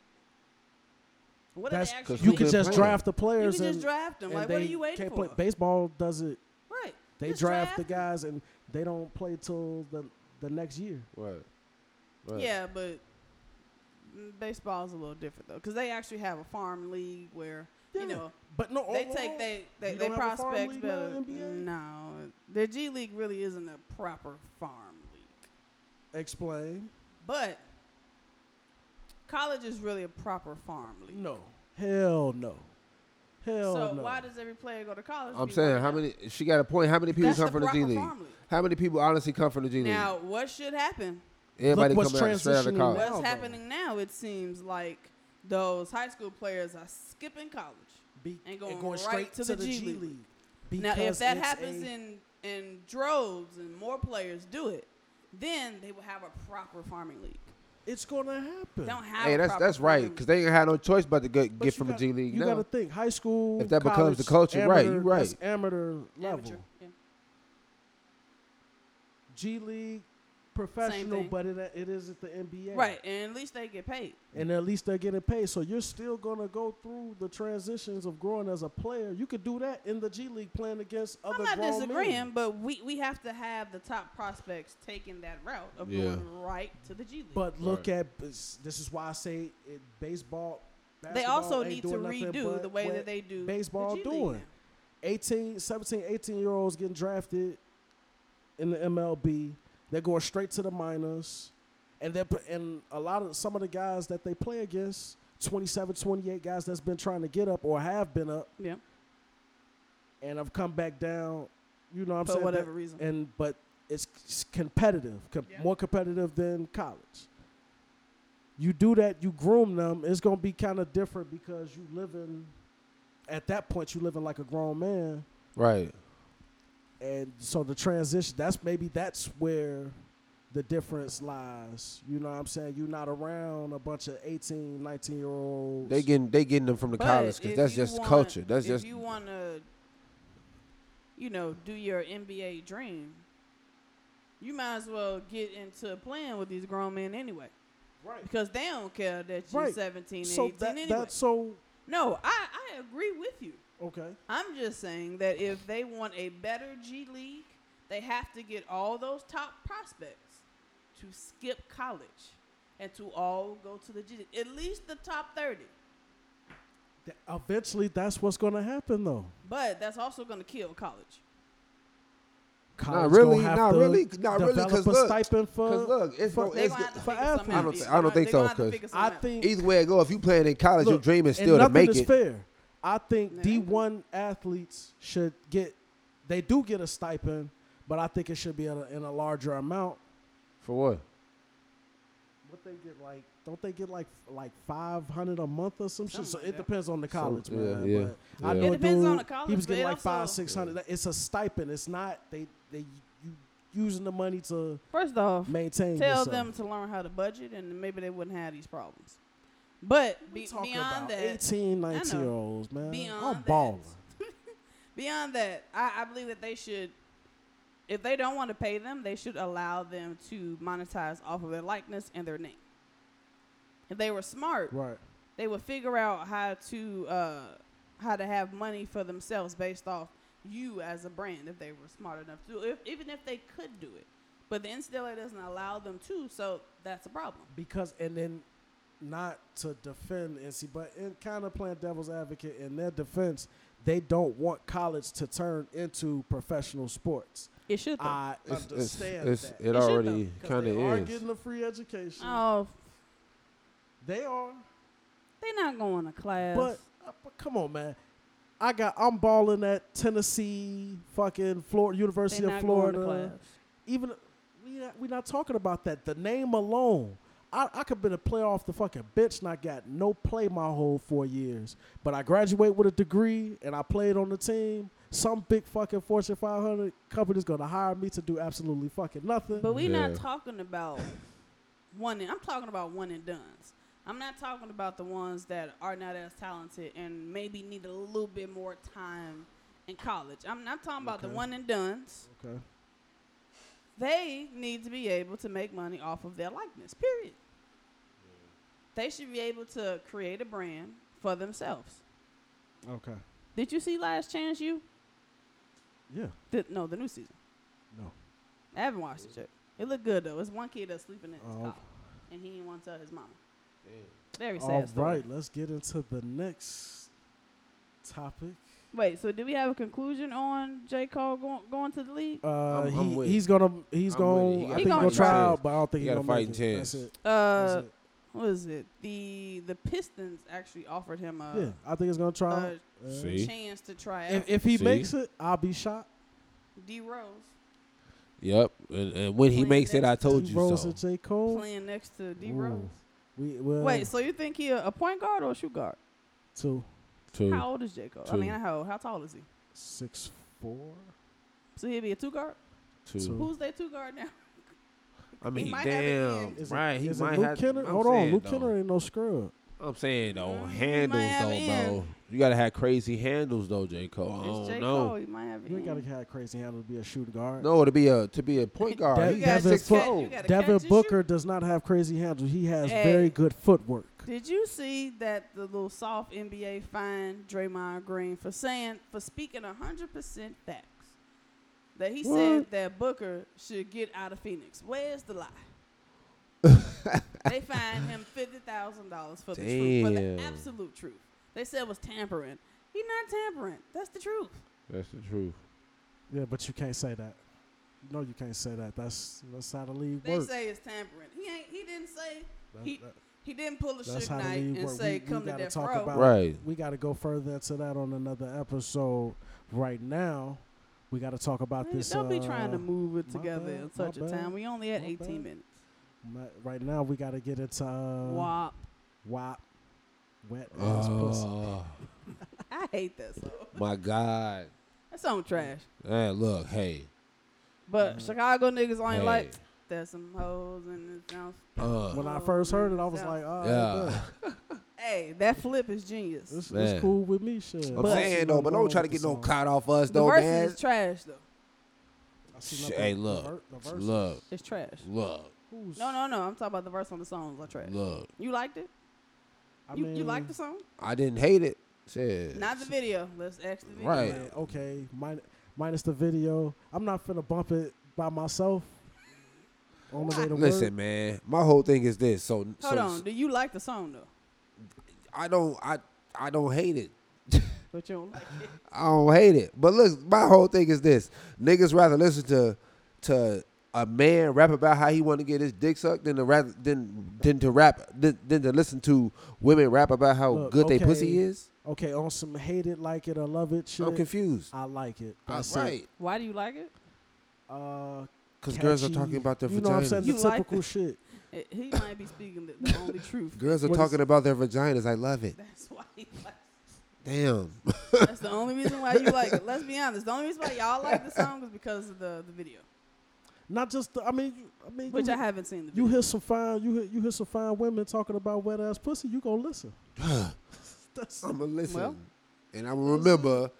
Speaker 2: What are
Speaker 1: That's
Speaker 2: they actually?
Speaker 3: 'cause
Speaker 1: You
Speaker 3: Who's
Speaker 1: can
Speaker 2: waiting
Speaker 3: the
Speaker 1: just
Speaker 2: for?
Speaker 3: player?
Speaker 1: draft the
Speaker 2: You can
Speaker 1: players
Speaker 2: just
Speaker 1: and,
Speaker 2: draft them.
Speaker 1: and
Speaker 2: Like,
Speaker 1: they
Speaker 2: what are you waiting
Speaker 1: can't
Speaker 2: for?
Speaker 1: play. Baseball does it.
Speaker 2: right.
Speaker 1: They
Speaker 2: Just
Speaker 1: draft, the
Speaker 2: them.
Speaker 1: guys and they don't play till the the next year.
Speaker 3: Right. Right.
Speaker 2: Yeah, but mm, baseball's a little different though, because they actually have a farm league where you
Speaker 1: Yeah.
Speaker 2: know
Speaker 1: But no,
Speaker 2: they
Speaker 1: overall,
Speaker 2: take they they,
Speaker 1: you
Speaker 2: they
Speaker 1: don't have a farm
Speaker 2: prospects
Speaker 1: league now
Speaker 2: better.
Speaker 1: in NBA?
Speaker 2: No, their G League really isn't a proper farm league.
Speaker 1: explain.
Speaker 2: But college is really a proper farm league.
Speaker 1: No, hell no, hell
Speaker 2: so
Speaker 1: no.
Speaker 2: why does every player go to college?
Speaker 3: I'm
Speaker 2: Be
Speaker 3: saying
Speaker 2: like
Speaker 3: how
Speaker 2: that.
Speaker 3: many? She got a point. How many people
Speaker 2: That's
Speaker 3: come
Speaker 2: the
Speaker 3: from the G
Speaker 2: proper
Speaker 3: League?
Speaker 2: farm league.
Speaker 3: How many people honestly come from the G League?
Speaker 2: Now, what should happen?
Speaker 3: Everybody
Speaker 1: Look what's
Speaker 3: coming out straight out of
Speaker 1: transitioning
Speaker 3: college.
Speaker 1: now.
Speaker 2: What's
Speaker 1: though.
Speaker 2: happening now? It seems like those high school players are skipping college.
Speaker 1: Be,
Speaker 2: and going right to the G League.
Speaker 1: Because
Speaker 2: now, if that
Speaker 1: it's
Speaker 2: happens
Speaker 1: a-
Speaker 2: in in droves and more players do it, then they will have a proper farming league.
Speaker 1: it's gonna happen.
Speaker 2: Don't have.
Speaker 3: Hey,
Speaker 2: a
Speaker 3: that's
Speaker 2: proper
Speaker 3: that's right
Speaker 2: farming
Speaker 3: because they ain't had no choice but to get,
Speaker 1: But
Speaker 3: get
Speaker 1: you
Speaker 3: from the
Speaker 1: got-
Speaker 3: G League
Speaker 1: You
Speaker 3: now.
Speaker 1: gotta think high school.
Speaker 3: If that becomes the
Speaker 1: college,
Speaker 3: culture, right,
Speaker 1: amateur,
Speaker 3: you right.
Speaker 1: that's amateur
Speaker 2: league.
Speaker 1: level.
Speaker 2: Amateur, yeah.
Speaker 1: G League, professional,
Speaker 2: thing.
Speaker 1: but it it isn't the NBA.
Speaker 2: Right, and at least they get paid.
Speaker 1: And at least they're getting paid, so you're still gonna go through the transitions of growing as a player. You could do that in the G League, playing against other.
Speaker 2: I'm not
Speaker 1: grown
Speaker 2: disagreeing,
Speaker 1: men.
Speaker 2: but we, we have to have the top prospects taking that route of
Speaker 3: Yeah.
Speaker 2: going right to the G League.
Speaker 1: But look
Speaker 3: Right.
Speaker 1: at this. This is why I say it, baseball.
Speaker 2: they
Speaker 1: basketball
Speaker 2: also
Speaker 1: ain't
Speaker 2: need to
Speaker 1: doing nothing
Speaker 2: redo
Speaker 1: but
Speaker 2: the way
Speaker 1: what
Speaker 2: that they do the
Speaker 1: baseball
Speaker 2: G League
Speaker 1: doing.
Speaker 2: now.
Speaker 1: 18, 17, 18 year olds getting drafted in the MLB. They're going straight to the minors. And they and a lot of some of the guys that they play against, 27, 28 guys that's been trying to get up or have been up
Speaker 2: Yeah.
Speaker 1: and have come back down, you know what I'm
Speaker 2: For
Speaker 1: saying?
Speaker 2: whatever
Speaker 1: That-
Speaker 2: reason.
Speaker 1: And but it's c- competitive, com-
Speaker 2: Yeah.
Speaker 1: more competitive than college. You do that, you groom them, it's going to be kind of different because you living at that point you living like a grown man
Speaker 3: right.
Speaker 1: and so the transition that's maybe that's where the difference lies you know what i'm saying you're not around a bunch of 18 19 year olds
Speaker 3: They getting they getting them from the
Speaker 2: But
Speaker 3: college because
Speaker 2: if
Speaker 3: that's
Speaker 2: you
Speaker 3: just
Speaker 2: wanna-
Speaker 3: culture. That's
Speaker 2: if
Speaker 3: just
Speaker 2: you want to, you know, do your NBA dream. You might as well get into playing with these grown men anyway,
Speaker 1: right
Speaker 2: because they don't care that you're
Speaker 1: Right.
Speaker 2: 17 and
Speaker 1: so
Speaker 2: 18
Speaker 1: that,
Speaker 2: anyway.
Speaker 1: that's so
Speaker 2: no, I, I agree with you.
Speaker 1: okay
Speaker 2: I'm just saying that if they want a better G League, they have to get all those top prospects to skip college and to all go to the G League. At least the top 30.
Speaker 1: Th- eventually that's what's going to happen though
Speaker 2: But that's also going to kill college.
Speaker 1: College
Speaker 3: really,
Speaker 1: gonna have
Speaker 3: not
Speaker 1: to
Speaker 3: really, not really,
Speaker 1: develop
Speaker 3: 'cause
Speaker 1: a
Speaker 3: look,
Speaker 1: stipend for
Speaker 3: because look, it's,
Speaker 1: for-
Speaker 3: no-
Speaker 2: They're
Speaker 3: it's
Speaker 2: gonna have to
Speaker 1: for
Speaker 2: figure
Speaker 1: athletes.
Speaker 2: something out.
Speaker 1: I don't
Speaker 3: thi- I don't think
Speaker 2: They're gonna
Speaker 3: so,
Speaker 2: have to
Speaker 3: 'cause
Speaker 2: figure something
Speaker 1: i
Speaker 2: out.
Speaker 1: think
Speaker 3: either way it go. If you playing in college, your
Speaker 1: Look,
Speaker 3: dream is
Speaker 1: and
Speaker 3: still to
Speaker 1: nothing
Speaker 3: make
Speaker 1: is
Speaker 3: it.
Speaker 1: fair. I think
Speaker 2: Yeah.
Speaker 1: D one athletes should get they do get a stipend, but I think it should be in a, in a larger amount
Speaker 3: For what?
Speaker 1: what they get like? Don't they get like like five hundred a month or some shit?
Speaker 2: Something
Speaker 1: So
Speaker 2: like
Speaker 1: it
Speaker 2: that.
Speaker 1: depends on the college,
Speaker 3: yeah,
Speaker 1: man.
Speaker 3: yeah,
Speaker 1: but I
Speaker 3: yeah.
Speaker 1: know
Speaker 2: It
Speaker 1: a
Speaker 2: depends
Speaker 1: dude,
Speaker 2: on the college,
Speaker 1: He was
Speaker 2: but it
Speaker 1: getting like five
Speaker 2: also-
Speaker 1: six hundred. It's a stipend. It's not they they you using the money to
Speaker 2: First off,
Speaker 1: maintain.
Speaker 2: tell
Speaker 1: yourself.
Speaker 2: them to learn how to budget, and maybe they wouldn't have these problems. But
Speaker 1: We
Speaker 2: be,
Speaker 1: talking
Speaker 2: beyond
Speaker 1: about
Speaker 2: that,
Speaker 1: 18, 19
Speaker 2: know.
Speaker 1: year olds, man.
Speaker 2: Beyond
Speaker 1: I'm
Speaker 2: that.
Speaker 1: balling.
Speaker 2: beyond that, I, I believe that they should, if they don't want to pay them, they should allow them to monetize off of their likeness and their name. If they were smart,
Speaker 1: Right.
Speaker 2: they would figure out how to uh, how to have money for themselves based off you as a brand if they were smart enough to do it, if, even if they could do it. But the NCAA doesn't allow them to, so that's a problem.
Speaker 1: Because and then not to defend NC, but in kind of playing devil's advocate in their defense, they don't want college to turn into professional sports.
Speaker 2: It should. Though.
Speaker 1: I
Speaker 3: It's, it's,
Speaker 1: understand
Speaker 3: it's,
Speaker 1: that.
Speaker 3: it
Speaker 2: though,
Speaker 3: already
Speaker 1: 'Cause
Speaker 3: kind
Speaker 1: they are
Speaker 3: of is.
Speaker 1: getting a free education.
Speaker 2: oh,
Speaker 1: They are,
Speaker 2: they're not going to class.
Speaker 1: but, uh, but come on, man. I got I'm balling at Tennessee, fucking Florida,
Speaker 2: they're
Speaker 1: University
Speaker 2: not
Speaker 1: of
Speaker 2: going to
Speaker 1: Florida.
Speaker 2: class.
Speaker 1: even we not, we not talking about that. The name alone, I, I could been a player off the fucking bench and I got no play my whole four years. But I graduate with a degree and I played on the team. Some big fucking Fortune 500 company's gonna hire me to do absolutely fucking nothing.
Speaker 2: But we're
Speaker 3: Yeah.
Speaker 2: not talking about one. And, I'm talking about one and duns. I'm not talking about the ones that are not as talented and maybe need a little bit more time in college. I'm not talking about the
Speaker 1: Okay.
Speaker 2: one and duns.
Speaker 1: okay.
Speaker 2: They need to be able to make money off of their likeness. Period. They should be able to create a brand for themselves.
Speaker 1: Okay.
Speaker 2: Did you see Last Chance You?
Speaker 1: Yeah.
Speaker 2: The, no, the new season.
Speaker 1: No.
Speaker 2: I haven't watched it yet. It looked good though. It's one kid that's sleeping in his
Speaker 1: Oh.
Speaker 2: car, and he didn't want to tell his mama. Very sad.
Speaker 1: All
Speaker 2: story.
Speaker 1: right. Let's get into the next topic.
Speaker 2: Wait. So, do we have a conclusion on J. Cole going, going to the league?
Speaker 1: Uh,
Speaker 3: I'm-
Speaker 1: he,
Speaker 3: I'm with it.
Speaker 1: he's gonna he's
Speaker 3: I'm with it. He
Speaker 1: gonna I think he gonna
Speaker 2: a fighting
Speaker 3: got
Speaker 1: try
Speaker 3: chance.
Speaker 1: out, but I don't think he's
Speaker 3: He got a
Speaker 1: gonna make
Speaker 3: fighting
Speaker 1: it. That's
Speaker 3: chance.
Speaker 1: it. That's
Speaker 2: Uh,
Speaker 1: it.
Speaker 2: what is it? The the Pistons actually offered him a,
Speaker 1: Yeah, I think he's gonna try.
Speaker 2: a
Speaker 1: out. Uh,
Speaker 3: See?
Speaker 2: chance to try out.
Speaker 1: If, if he
Speaker 3: See?
Speaker 1: makes it, I'll be shocked.
Speaker 2: D. Rose
Speaker 3: Yep. And, and when he
Speaker 2: Playing
Speaker 3: makes it, I
Speaker 2: next
Speaker 3: told
Speaker 1: D
Speaker 3: you
Speaker 1: Rose
Speaker 3: so.
Speaker 1: and J Cole.
Speaker 2: playing next to D.
Speaker 1: Ooh.
Speaker 2: Rose.
Speaker 1: We well,
Speaker 2: Wait. So you think he a, a point guard or a shoot guard?
Speaker 1: two
Speaker 3: True.
Speaker 2: How old is J. Cole? I
Speaker 3: Two.
Speaker 2: mean, how how tall is he?
Speaker 1: six four.
Speaker 2: So he'll be a two guard.
Speaker 3: True.
Speaker 1: Two.
Speaker 2: Who's their two guard now?
Speaker 3: I mean,
Speaker 2: might have it
Speaker 3: damn.
Speaker 2: in.
Speaker 1: Is
Speaker 3: right.
Speaker 1: It,
Speaker 3: he
Speaker 1: is
Speaker 3: might
Speaker 1: it Luke
Speaker 3: have.
Speaker 1: Kenner?
Speaker 3: I'm
Speaker 1: Hold on,
Speaker 3: saying,
Speaker 1: Luke
Speaker 3: though.
Speaker 1: Kenner ain't no scrub.
Speaker 3: I'm saying though,
Speaker 2: Mm,
Speaker 3: handles
Speaker 2: might have
Speaker 3: though,
Speaker 2: it
Speaker 3: bro. You gotta have crazy handles though, J. Cole. I
Speaker 2: it's
Speaker 3: don't
Speaker 2: J.
Speaker 3: know.
Speaker 2: Cole. He might have.
Speaker 1: You ain't gotta
Speaker 2: him.
Speaker 1: have crazy handle to be a shooting guard.
Speaker 3: No, to be a to be a point guard.
Speaker 1: That-
Speaker 2: You
Speaker 3: He's
Speaker 2: gotta
Speaker 1: Devin
Speaker 2: just
Speaker 3: six
Speaker 1: Foot-
Speaker 2: catch- you
Speaker 3: foot.
Speaker 2: gotta catch
Speaker 1: Devin
Speaker 2: and shoot.
Speaker 1: Booker does not have crazy handle. He has
Speaker 2: Hey.
Speaker 1: very good footwork.
Speaker 2: Did you see that the little soft NBA fined Draymond Green for saying for speaking hundred percent facts? That he said
Speaker 1: What?
Speaker 2: that Booker should get out of Phoenix. Where's the lie? they fined him fifty thousand dollars for the truth, for the
Speaker 3: Damn.
Speaker 2: absolute truth. They said it was tampering. He not tampering. That's the truth.
Speaker 3: That's the truth.
Speaker 1: Yeah, but you can't say that. No, you can't say that. That's that's how the league
Speaker 2: They
Speaker 1: works.
Speaker 2: say it's tampering. He ain't. He didn't say.
Speaker 1: That-
Speaker 2: He
Speaker 1: that-
Speaker 2: he didn't pull a
Speaker 1: that's
Speaker 2: shook
Speaker 1: how the
Speaker 2: night
Speaker 1: league
Speaker 2: and
Speaker 1: works.
Speaker 2: say
Speaker 1: We- we
Speaker 2: come to
Speaker 1: gotta
Speaker 2: death
Speaker 1: talk
Speaker 2: row.
Speaker 1: about-
Speaker 3: Right.
Speaker 1: we got to go further into that on another episode. Right now, we got to talk about
Speaker 2: Man,
Speaker 1: this.
Speaker 2: Mm, don't be
Speaker 1: uh,
Speaker 2: trying to move it
Speaker 1: my
Speaker 2: together
Speaker 1: bad,
Speaker 2: in
Speaker 1: my
Speaker 2: such a
Speaker 1: bad,
Speaker 2: time. We only had
Speaker 1: my
Speaker 2: 18
Speaker 1: bad.
Speaker 2: minutes.
Speaker 1: Ma- Right now, we got to get into uh,
Speaker 2: WAP.
Speaker 1: WAP, wet ass pussy.
Speaker 3: Oh
Speaker 2: I hate that song.
Speaker 3: my God.
Speaker 2: That song trash.
Speaker 3: Hey, look, hey,
Speaker 2: But Chicago niggas ain't
Speaker 3: hey.
Speaker 2: like, there's some hoes in this house.
Speaker 3: uh,
Speaker 1: When I first heard it, I was
Speaker 2: Yeah.
Speaker 1: like, oh,
Speaker 3: Yeah.
Speaker 1: yeah.
Speaker 2: Hey, that flip is genius.
Speaker 1: It's,
Speaker 3: Man.
Speaker 1: it's cool with me, shit.
Speaker 3: I'm saying though, but don't try to get no clout off us
Speaker 2: the
Speaker 3: though,
Speaker 2: verse
Speaker 3: man.
Speaker 2: is trash, though.
Speaker 1: I see
Speaker 3: Sh-
Speaker 1: nothing-
Speaker 3: Hey,
Speaker 1: the
Speaker 3: look,
Speaker 1: ver- the verses.
Speaker 3: look,
Speaker 2: It's trash.
Speaker 3: look,
Speaker 1: Who's-
Speaker 2: No, no, no. I'm talking about the verse on the song. was trash.
Speaker 3: look.
Speaker 2: You liked it?
Speaker 1: I
Speaker 2: you,
Speaker 1: mean,
Speaker 2: you liked the song?
Speaker 3: I didn't hate it. Shit.
Speaker 2: Not the video. Let's ask the video.
Speaker 3: Right.
Speaker 1: man, okay, min- minus the video. I'm not finna bump it by myself. on the way to work.
Speaker 3: Listen, man. My whole thing is this. So,
Speaker 2: Hold
Speaker 3: so
Speaker 2: on. Do you like the song, though?
Speaker 3: I don't, I, I don't hate it.
Speaker 2: But you don't like it.
Speaker 3: I don't hate it. But look, my whole thing is this: niggas rather listen to to a man rap about how he want to get his dick sucked than to rather than than to rap than, than to listen to women rap about how
Speaker 1: Look,
Speaker 3: good
Speaker 1: okay.
Speaker 3: they pussy is.
Speaker 1: Okay, on some hate it, like it, or love it shit.
Speaker 3: I'm confused.
Speaker 1: I like it.
Speaker 3: I'm
Speaker 1: That's
Speaker 3: right,
Speaker 2: Why do you like it?
Speaker 1: It. Uh,
Speaker 3: because girls are
Speaker 1: catchy.
Speaker 3: talking about their
Speaker 1: You know what I'm
Speaker 3: vaginas.
Speaker 1: saying?
Speaker 2: You
Speaker 1: the
Speaker 2: like
Speaker 1: typical shit.
Speaker 2: It- he might be speaking the, the only truth.
Speaker 3: Girls are
Speaker 1: What is-
Speaker 3: talking about their vaginas. I love it.
Speaker 2: That's why he likes.
Speaker 3: Damn.
Speaker 2: That's the only reason why you like it. Let's be honest. The only reason why y'all like the song is because of the, the video,
Speaker 1: Not just. The, I mean, you, I mean,
Speaker 2: which
Speaker 1: you,
Speaker 2: I haven't seen. The
Speaker 1: You
Speaker 2: video.
Speaker 1: hear some fine. You hear, you hear some fine women talking about wet ass pussy. You gonna listen. That's,
Speaker 3: I'm gonna listen,
Speaker 2: Well-
Speaker 3: and I'm gonna remember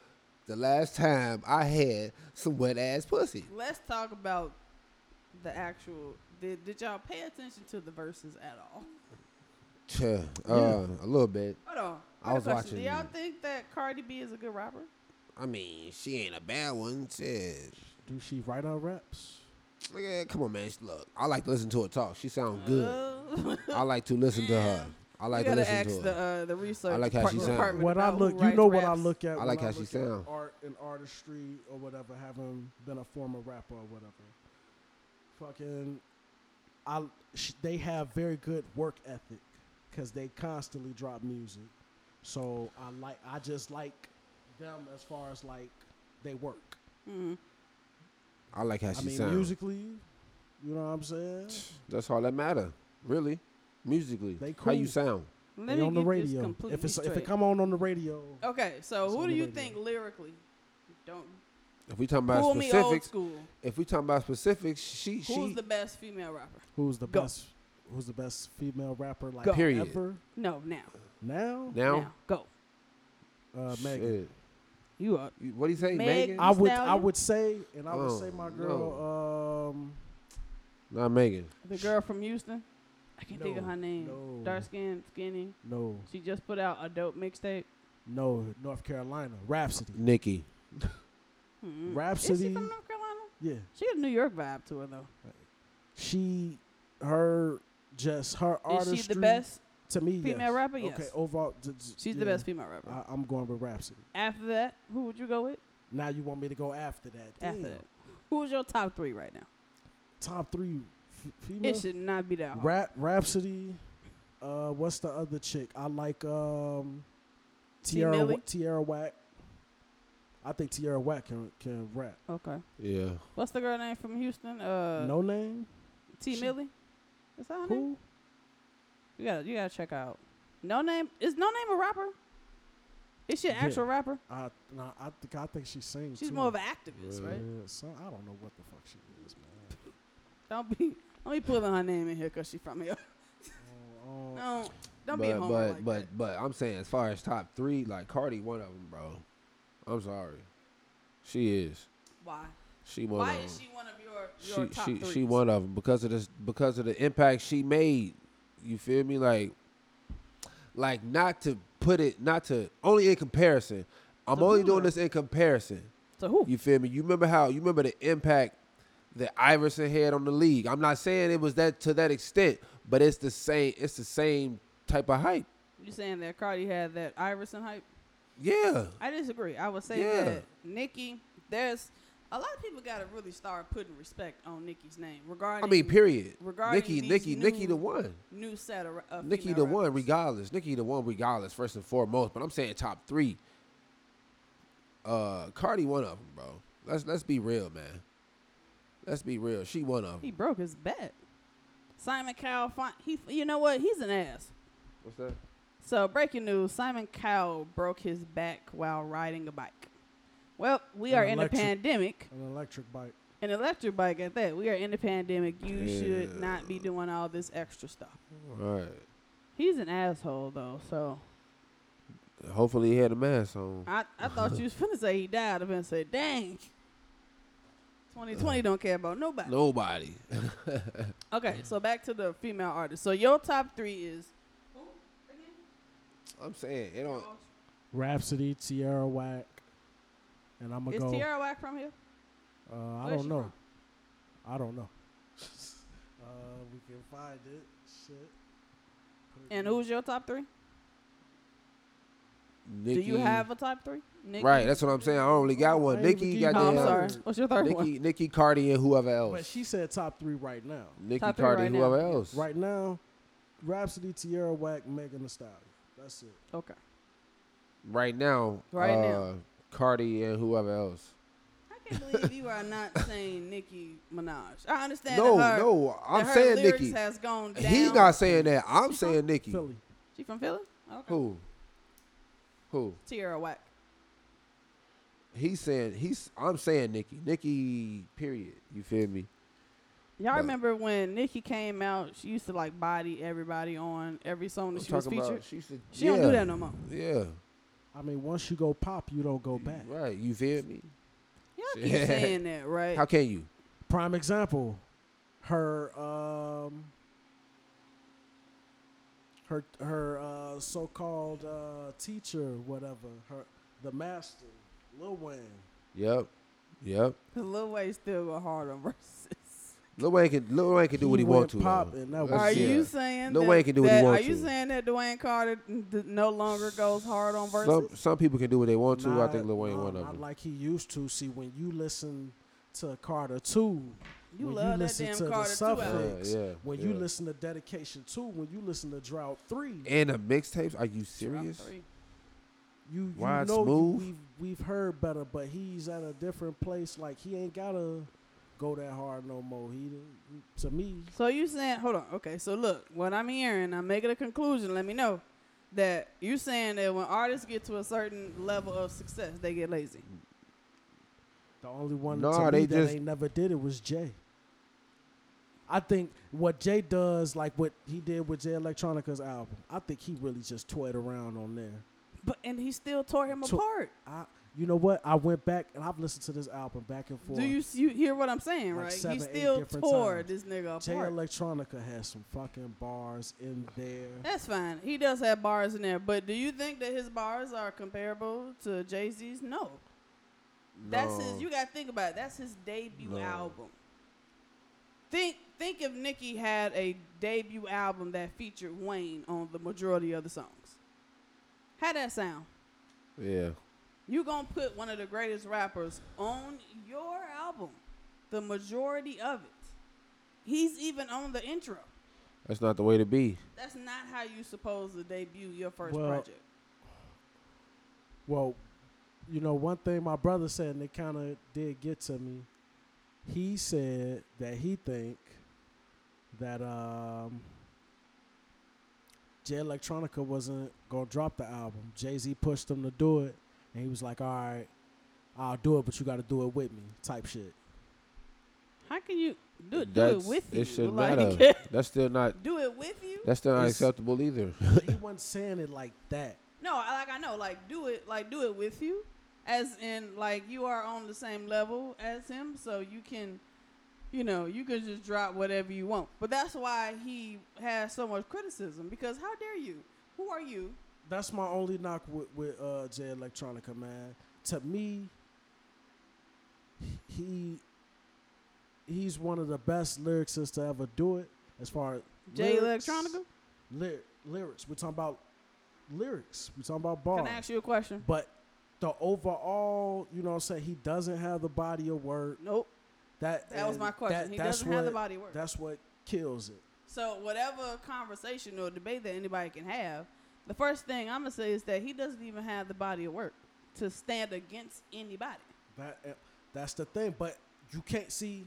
Speaker 3: the last time I had some wet ass pussy.
Speaker 2: Let's talk about the actual. Did, did y'all pay attention to the verses at all?
Speaker 3: Tch, Uh, A little bit.
Speaker 2: Hold on.
Speaker 3: I
Speaker 2: got a
Speaker 3: was
Speaker 2: question.
Speaker 3: watching-
Speaker 2: Do y'all think that Cardi B is a good rapper?
Speaker 3: I mean, she ain't a bad one. Shit.
Speaker 1: do she write her raps?
Speaker 3: Look at- come on, man. She- Look, I like to listen to her talk. She sounds good.
Speaker 2: Uh,
Speaker 3: I like to listen to her. I like
Speaker 2: you
Speaker 3: to
Speaker 2: gotta
Speaker 3: listen
Speaker 2: ask
Speaker 3: to her.
Speaker 2: the uh, the research.
Speaker 3: I like how she
Speaker 2: depart-
Speaker 3: sound.
Speaker 2: department
Speaker 1: What I
Speaker 2: about who
Speaker 1: look, you
Speaker 2: writes
Speaker 1: know what I
Speaker 2: raps.
Speaker 1: look at.
Speaker 3: I
Speaker 1: when
Speaker 3: like how she
Speaker 1: look at
Speaker 3: sound.
Speaker 1: Art and artistry or whatever, having been a former rapper or whatever. Fucking, I. Sh- they have very good work ethic because they constantly drop music. So I like. I just like them as far as like they work.
Speaker 2: Mhm.
Speaker 3: I like how
Speaker 1: I
Speaker 3: she
Speaker 1: mean,
Speaker 3: sounds.
Speaker 1: musically, you know what I'm saying.
Speaker 3: That's all that matter, really. Musically,
Speaker 1: They
Speaker 3: how you
Speaker 1: cool.
Speaker 3: sound.
Speaker 2: Let
Speaker 1: They
Speaker 2: me
Speaker 1: on the
Speaker 2: get this
Speaker 1: radio.
Speaker 2: completely
Speaker 1: If it's if it
Speaker 2: straight. Oh,
Speaker 1: come on on the radio,
Speaker 2: Okay, so
Speaker 1: It's
Speaker 2: who
Speaker 1: on
Speaker 2: do
Speaker 1: the
Speaker 2: you
Speaker 1: radio.
Speaker 2: think lyrically? Don't
Speaker 3: If we talking about
Speaker 2: pull me old
Speaker 3: specifics,
Speaker 2: school.
Speaker 3: if we talking about specifics, she
Speaker 2: Who's
Speaker 3: she
Speaker 2: the best female rapper?
Speaker 1: who's the
Speaker 2: Go.
Speaker 1: best? Who's the best female rapper like
Speaker 2: Go.
Speaker 3: Period.
Speaker 1: ever
Speaker 2: No, now,
Speaker 1: now?
Speaker 3: now.
Speaker 2: now, go.
Speaker 1: Uh, Megan.
Speaker 3: Shit.
Speaker 2: You are.
Speaker 3: You- What do you say,
Speaker 2: Meg-
Speaker 3: Megan?
Speaker 1: I would I
Speaker 2: Stallion?
Speaker 1: would say, and I would say
Speaker 3: Oh,
Speaker 1: my girl. Um,
Speaker 3: Not Megan.
Speaker 2: The girl from Houston. I can't think of
Speaker 1: No,
Speaker 2: her name.
Speaker 1: no.
Speaker 2: Dark skin, skinny.
Speaker 1: no,
Speaker 2: She just put out a dope mixtape.
Speaker 1: no, North Carolina Rhapsody.
Speaker 3: Nikki.
Speaker 2: Mm-mm. Hmm. Is she
Speaker 1: Rhapsody.
Speaker 2: from North Carolina?
Speaker 1: Yeah,
Speaker 2: She got a New York vibe to her though.
Speaker 1: she, her, just her artistry.
Speaker 2: Is she the best?
Speaker 1: to me?
Speaker 2: female
Speaker 1: yes.
Speaker 2: rapper?
Speaker 1: Okay,
Speaker 2: Yes.
Speaker 1: overall, d- d-
Speaker 2: She's
Speaker 1: yeah, Uh,
Speaker 2: the best female rapper.
Speaker 1: I, I'm going with Rhapsody.
Speaker 2: After that, who would you go with?
Speaker 1: Now you want me to go after that?
Speaker 2: After
Speaker 1: Damn.
Speaker 2: that, who's your top three right now?
Speaker 1: Top three f- female.
Speaker 2: It should not be that hard.
Speaker 1: Rap Rhapsody. Uh, what's the other chick? I like um,
Speaker 2: T.
Speaker 1: Tierra
Speaker 2: Millie?
Speaker 1: Tierra Whack. I think Tierra Whack can can rap.
Speaker 2: Okay.
Speaker 3: Yeah.
Speaker 2: What's the girl name from Houston? Uh,
Speaker 1: no name.
Speaker 2: T
Speaker 1: she-
Speaker 2: Millie. Is that her name?
Speaker 1: Who?
Speaker 2: You gotta you gotta check out. No name is no name a rapper. Is she an
Speaker 1: Yeah.
Speaker 2: actual rapper?
Speaker 1: I nah, I think I think she sings.
Speaker 2: She's
Speaker 1: too.
Speaker 2: more of an activist, right?
Speaker 1: Yeah, so I don't know what the fuck she is, man.
Speaker 2: Don't be don't be pulling her name in here because she's from here.
Speaker 1: Oh, oh,
Speaker 2: Don't don't
Speaker 3: but,
Speaker 2: be a homer
Speaker 3: but,
Speaker 2: like
Speaker 3: but,
Speaker 2: that.
Speaker 3: but I'm saying as far as top three, like Cardi, one of them, bro. I'm sorry. She is.
Speaker 2: Why?
Speaker 3: She one
Speaker 2: Why
Speaker 3: of them.
Speaker 2: is she one of your your
Speaker 3: she
Speaker 2: top
Speaker 3: she
Speaker 2: three?
Speaker 3: she one of them because of this because of the impact she made. You feel me? Like like not to put it not to only in comparison. I'm
Speaker 2: The
Speaker 3: only doing
Speaker 2: ruler.
Speaker 3: this in comparison.
Speaker 2: So who?
Speaker 3: You feel me? You remember how you remember the impact that Iverson had on the league. I'm not saying it was that to that extent, but it's the same it's the same type of hype.
Speaker 2: You saying that Cardi had that Iverson hype?
Speaker 3: Yeah.
Speaker 2: I disagree. I would say
Speaker 3: Yeah.
Speaker 2: that Nikki, there's a lot of people got to really start putting respect on Nikki's name regarding.
Speaker 3: I mean, period.
Speaker 2: regarding
Speaker 3: Nikki,
Speaker 2: these
Speaker 3: Nikki, Nikki
Speaker 2: new
Speaker 3: the one.
Speaker 2: New set of, of
Speaker 3: Nikki the
Speaker 2: female
Speaker 3: one
Speaker 2: rappers.
Speaker 3: regardless. Nikki the one regardless, first and foremost. But I'm saying top three. Uh Cardi one of them, bro. Let's let's be real, man. Let's be real. She one of
Speaker 2: He
Speaker 3: them.
Speaker 2: broke his bet. Simon Cowell, fin- he you know what? He's an ass.
Speaker 3: What's that?
Speaker 2: So breaking news: Simon Cowell broke his back while riding a bike. Well, we
Speaker 1: An
Speaker 2: are in a
Speaker 1: electric-
Speaker 2: pandemic,
Speaker 1: an electric bike.
Speaker 2: an electric bike at that. We are in a pandemic. You should
Speaker 3: Yeah.
Speaker 2: not be doing all this extra stuff.
Speaker 3: All right.
Speaker 2: He's an asshole though, so
Speaker 3: Hopefully he had a mask on.
Speaker 2: I, I thought you was finna say he died. I've been say, dang. 2020 don't care about nobody.
Speaker 3: Nobody.
Speaker 2: Okay, so back to the female artist. So your top three is
Speaker 3: I'm saying it don't
Speaker 1: Rhapsody, Tierra Whack, and I'm gonna
Speaker 2: is
Speaker 1: go.
Speaker 2: Tierra Whack from here?
Speaker 1: uh, I
Speaker 2: Where's
Speaker 1: don't
Speaker 2: she
Speaker 1: know.
Speaker 2: from?
Speaker 1: I don't know. uh, we can find it. Shit. Put it
Speaker 2: And
Speaker 1: in-
Speaker 2: who's your top three?
Speaker 3: Nikki.
Speaker 2: Do you have a top three? Nikki?
Speaker 3: Right, that's what I'm saying. I only got one.
Speaker 1: Hey,
Speaker 3: Nikki
Speaker 1: Nikki.
Speaker 3: got uh,
Speaker 2: Oh, I'm
Speaker 1: Yeah.
Speaker 2: sorry. What's your third one?
Speaker 3: Nikki, Nikki Cardi and whoever
Speaker 1: But
Speaker 3: else.
Speaker 1: she said top three right now.
Speaker 3: Nikki
Speaker 2: Top three
Speaker 3: Cardi
Speaker 2: right
Speaker 3: and
Speaker 2: now.
Speaker 3: whoever else.
Speaker 1: Right now, Rhapsody, Tierra Whack, Megan Thee Stallion. That's it.
Speaker 2: Okay.
Speaker 3: Right now.
Speaker 2: Right
Speaker 3: uh,
Speaker 2: now.
Speaker 3: Cardi and whoever else.
Speaker 2: I can't believe you are not saying Nicki Minaj. I understand.
Speaker 3: No,
Speaker 2: that her,
Speaker 3: no, I'm
Speaker 2: that her
Speaker 3: saying
Speaker 2: lyrics
Speaker 3: Nicki.
Speaker 2: has gone down.
Speaker 3: He's not saying that. I'm saying Nikki.
Speaker 1: Philly.
Speaker 2: She from Philly? Okay.
Speaker 3: Who? Who?
Speaker 2: Tierra Whack.
Speaker 3: He's saying he's. I'm saying Nikki. Nikki. Period. You feel me?
Speaker 2: Y'all
Speaker 3: But-
Speaker 2: remember when Nicki came out? She used to like body everybody on every song that
Speaker 3: I'm
Speaker 2: she was
Speaker 3: talking about-
Speaker 2: featured.
Speaker 3: she said-
Speaker 2: She don't do
Speaker 3: yeah,
Speaker 2: that no more.
Speaker 3: Yeah.
Speaker 1: I mean, once you go pop, you don't go back.
Speaker 3: Right. You feel me?
Speaker 2: Y'all keep saying that, right?
Speaker 3: How can you?
Speaker 1: Prime example, her um, her her uh, so-called uh, teacher, whatever, her the master, Lil Wayne.
Speaker 3: Yep. Yep.
Speaker 2: Cause Lil Wayne still go hard on verses.
Speaker 3: Lil Wayne can. Lil Wayne can do what he
Speaker 1: went
Speaker 3: wants to. though.
Speaker 1: pop and that was-
Speaker 2: Are
Speaker 3: That's- yeah.
Speaker 2: you saying
Speaker 3: Lil
Speaker 2: that,
Speaker 3: Wayne can do what he
Speaker 2: that-
Speaker 3: want
Speaker 2: Are you
Speaker 3: to.
Speaker 2: saying that Dwayne Carter n- d- no longer goes hard on verses?
Speaker 3: Some some people can do what they want to. I think Lil Wayne
Speaker 1: nah,
Speaker 3: one of
Speaker 1: Not
Speaker 3: them.
Speaker 1: like he used to. See, when you listen to Carter two,
Speaker 2: You
Speaker 1: when
Speaker 2: love that
Speaker 1: you listen
Speaker 2: damn
Speaker 1: to
Speaker 2: Carter
Speaker 1: the
Speaker 2: 2
Speaker 1: suffix,
Speaker 3: album. Yeah, yeah,
Speaker 1: when you
Speaker 3: yeah.
Speaker 1: listen to Dedication two, when you listen to Drought three,
Speaker 3: and the mixtapes? Are you serious?
Speaker 2: Drop three.
Speaker 1: you, you
Speaker 3: Wide
Speaker 1: know you-
Speaker 3: Smooth?
Speaker 1: we've we've heard better, but he's at a different place. Like he ain't gotta go that hard no more. He, he to me,
Speaker 2: So you saying, hold on, okay. So look, what I'm hearing, I'm making a conclusion. Let me know that you saying that when artists get to a certain level of success, they get lazy.
Speaker 1: Mm. the only one
Speaker 3: Nah,
Speaker 1: to me
Speaker 3: they
Speaker 1: that
Speaker 3: just-
Speaker 1: ain't never did it was Jay. I think what Jay does, like what he did with Jay Electronica's album, I think he really just toyed around on there.
Speaker 2: But and he still tore him
Speaker 1: To-
Speaker 2: apart.
Speaker 1: I, you know what? I went back and I've listened to this album back and forth.
Speaker 2: Do you you hear what I'm saying,
Speaker 1: Like
Speaker 2: right?
Speaker 1: seven,
Speaker 2: he
Speaker 1: eight
Speaker 2: still
Speaker 1: different
Speaker 2: tore
Speaker 1: times.
Speaker 2: this nigga
Speaker 1: Jay
Speaker 2: apart.
Speaker 1: Electronica has some fucking bars in there.
Speaker 2: That's fine. He does have bars in there, but do you think that his bars are comparable to Jay Z's? No. That's
Speaker 3: No.
Speaker 2: his. You gotta think about it. That's his debut
Speaker 3: No.
Speaker 2: album. Think think if Nicki had a debut album that featured Wayne on the majority of the songs. How that sound?
Speaker 3: Yeah.
Speaker 2: You gonna put one of the greatest rappers on your album, the majority of it. He's even on the intro.
Speaker 3: That's not the way to be.
Speaker 2: That's not how you supposed to debut your first
Speaker 1: Well,
Speaker 2: project.
Speaker 1: Well, you know, one thing my brother said, and it kind of did get to me. He said that he think that um, Jay Electronica wasn't gonna drop the album. Jay Z pushed him to do it, and he was like, "All right, I'll do it, but you got to do it with me," type shit.
Speaker 2: How can you do it, do it
Speaker 3: That's-
Speaker 2: with you?
Speaker 3: It should
Speaker 2: Like,
Speaker 3: matter. That's still not.
Speaker 2: do it with you?
Speaker 3: That's still not
Speaker 1: It's-
Speaker 3: acceptable either.
Speaker 1: he wasn't saying it like that.
Speaker 2: No, I- like I know, like do it, like do it with you, as in like you are on the same level as him, so you can, you know, you can just drop whatever you want. But that's why he has so much criticism because how dare you? Who are you?
Speaker 1: That's my only knock with, with uh, Jay Electronica, man. To me, he he's one of the best lyricists to ever do it. As far as
Speaker 2: Jay
Speaker 1: lyrics-
Speaker 2: Electronica?
Speaker 1: lyr- lyrics. We're talking about lyrics. We're talking about
Speaker 2: Can
Speaker 1: bars.
Speaker 2: I ask you a question?
Speaker 1: But the overall, you know, what I'm saying he doesn't have the body of work.
Speaker 2: Nope.
Speaker 1: That
Speaker 2: That was
Speaker 1: and
Speaker 2: my question.
Speaker 1: that-
Speaker 2: he
Speaker 1: that's
Speaker 2: doesn't have the
Speaker 1: what-
Speaker 2: body work.
Speaker 1: That's what kills it.
Speaker 2: So whatever conversation or debate that anybody can have, the first thing I'm gonna say is that he doesn't even have the body of work to stand against anybody.
Speaker 1: That uh, that's the thing, but you can't see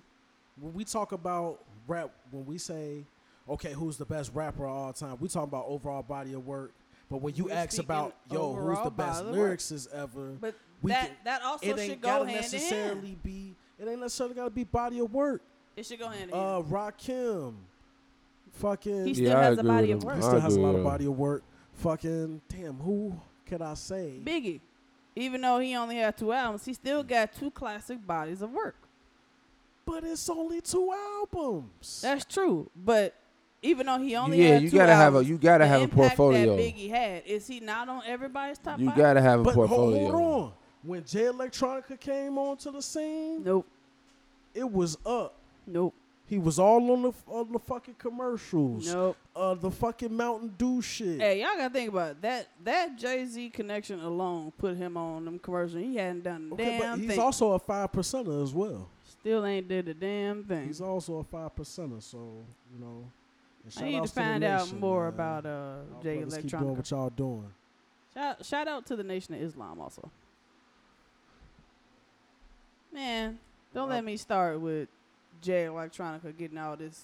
Speaker 1: when we talk about rap. When we say, okay, who's the best rapper of all time? We talking about overall body of work. But when you
Speaker 2: We're
Speaker 1: ask about
Speaker 2: speaking
Speaker 1: yo, who's
Speaker 2: overall
Speaker 1: the best
Speaker 2: body of work.
Speaker 1: lyricist ever?
Speaker 2: But
Speaker 1: we
Speaker 2: that
Speaker 1: can-
Speaker 2: that also
Speaker 1: it
Speaker 2: should
Speaker 1: ain't
Speaker 2: go
Speaker 1: gotta
Speaker 2: hand in hand.
Speaker 1: necessarily be. It ain't necessarily gotta be body of work.
Speaker 2: It should go hand in hand.
Speaker 1: Uh, Rakim, fucking,
Speaker 2: He
Speaker 1: he
Speaker 2: still has a
Speaker 3: agree
Speaker 2: body
Speaker 3: with
Speaker 2: of
Speaker 3: him.
Speaker 2: work.
Speaker 1: still,
Speaker 2: He
Speaker 3: I
Speaker 1: has a
Speaker 3: agree
Speaker 1: lot
Speaker 3: with
Speaker 1: of
Speaker 3: him.
Speaker 1: body of work. Fucking, damn, who can I say?
Speaker 2: Biggie, even though he only had two albums, he still got two classic bodies of work.
Speaker 1: But it's only two albums.
Speaker 2: That's true, but even though he only
Speaker 3: yeah,
Speaker 2: had
Speaker 3: you
Speaker 2: two
Speaker 3: gotta have a
Speaker 2: albums,
Speaker 3: you gotta
Speaker 2: the
Speaker 3: have a
Speaker 2: impact
Speaker 3: portfolio.
Speaker 2: that Biggie had is he not on everybody's top
Speaker 3: You
Speaker 2: five?
Speaker 3: gotta have a
Speaker 1: But ho-
Speaker 3: portfolio.
Speaker 1: hold on. When Jay Electronica came onto the scene,
Speaker 2: nope,
Speaker 1: it was up.
Speaker 2: nope,
Speaker 1: He was all on the on the fucking commercials.
Speaker 2: nope.
Speaker 1: Uh, the fucking Mountain Dew shit.
Speaker 2: Hey, y'all gotta think about it. that. That Jay Z connection alone put him on them commercials. He hadn't done a
Speaker 1: okay,
Speaker 2: damn
Speaker 1: but he's
Speaker 2: thing.
Speaker 1: also a five percenter as well.
Speaker 2: Still ain't did a damn thing.
Speaker 1: He's also a five percenter. So you know, and
Speaker 2: I need to
Speaker 1: shout-outs the
Speaker 2: find out
Speaker 1: nation,
Speaker 2: more
Speaker 1: man.
Speaker 2: about uh,
Speaker 1: Y'all
Speaker 2: Jay
Speaker 1: brothers Keep doing what
Speaker 2: Electronica.
Speaker 1: y'all doing.
Speaker 2: Shout, shout out to the Nation of Islam also. Man, don't
Speaker 1: Uh,
Speaker 2: let me start with Jay Electronica getting all this,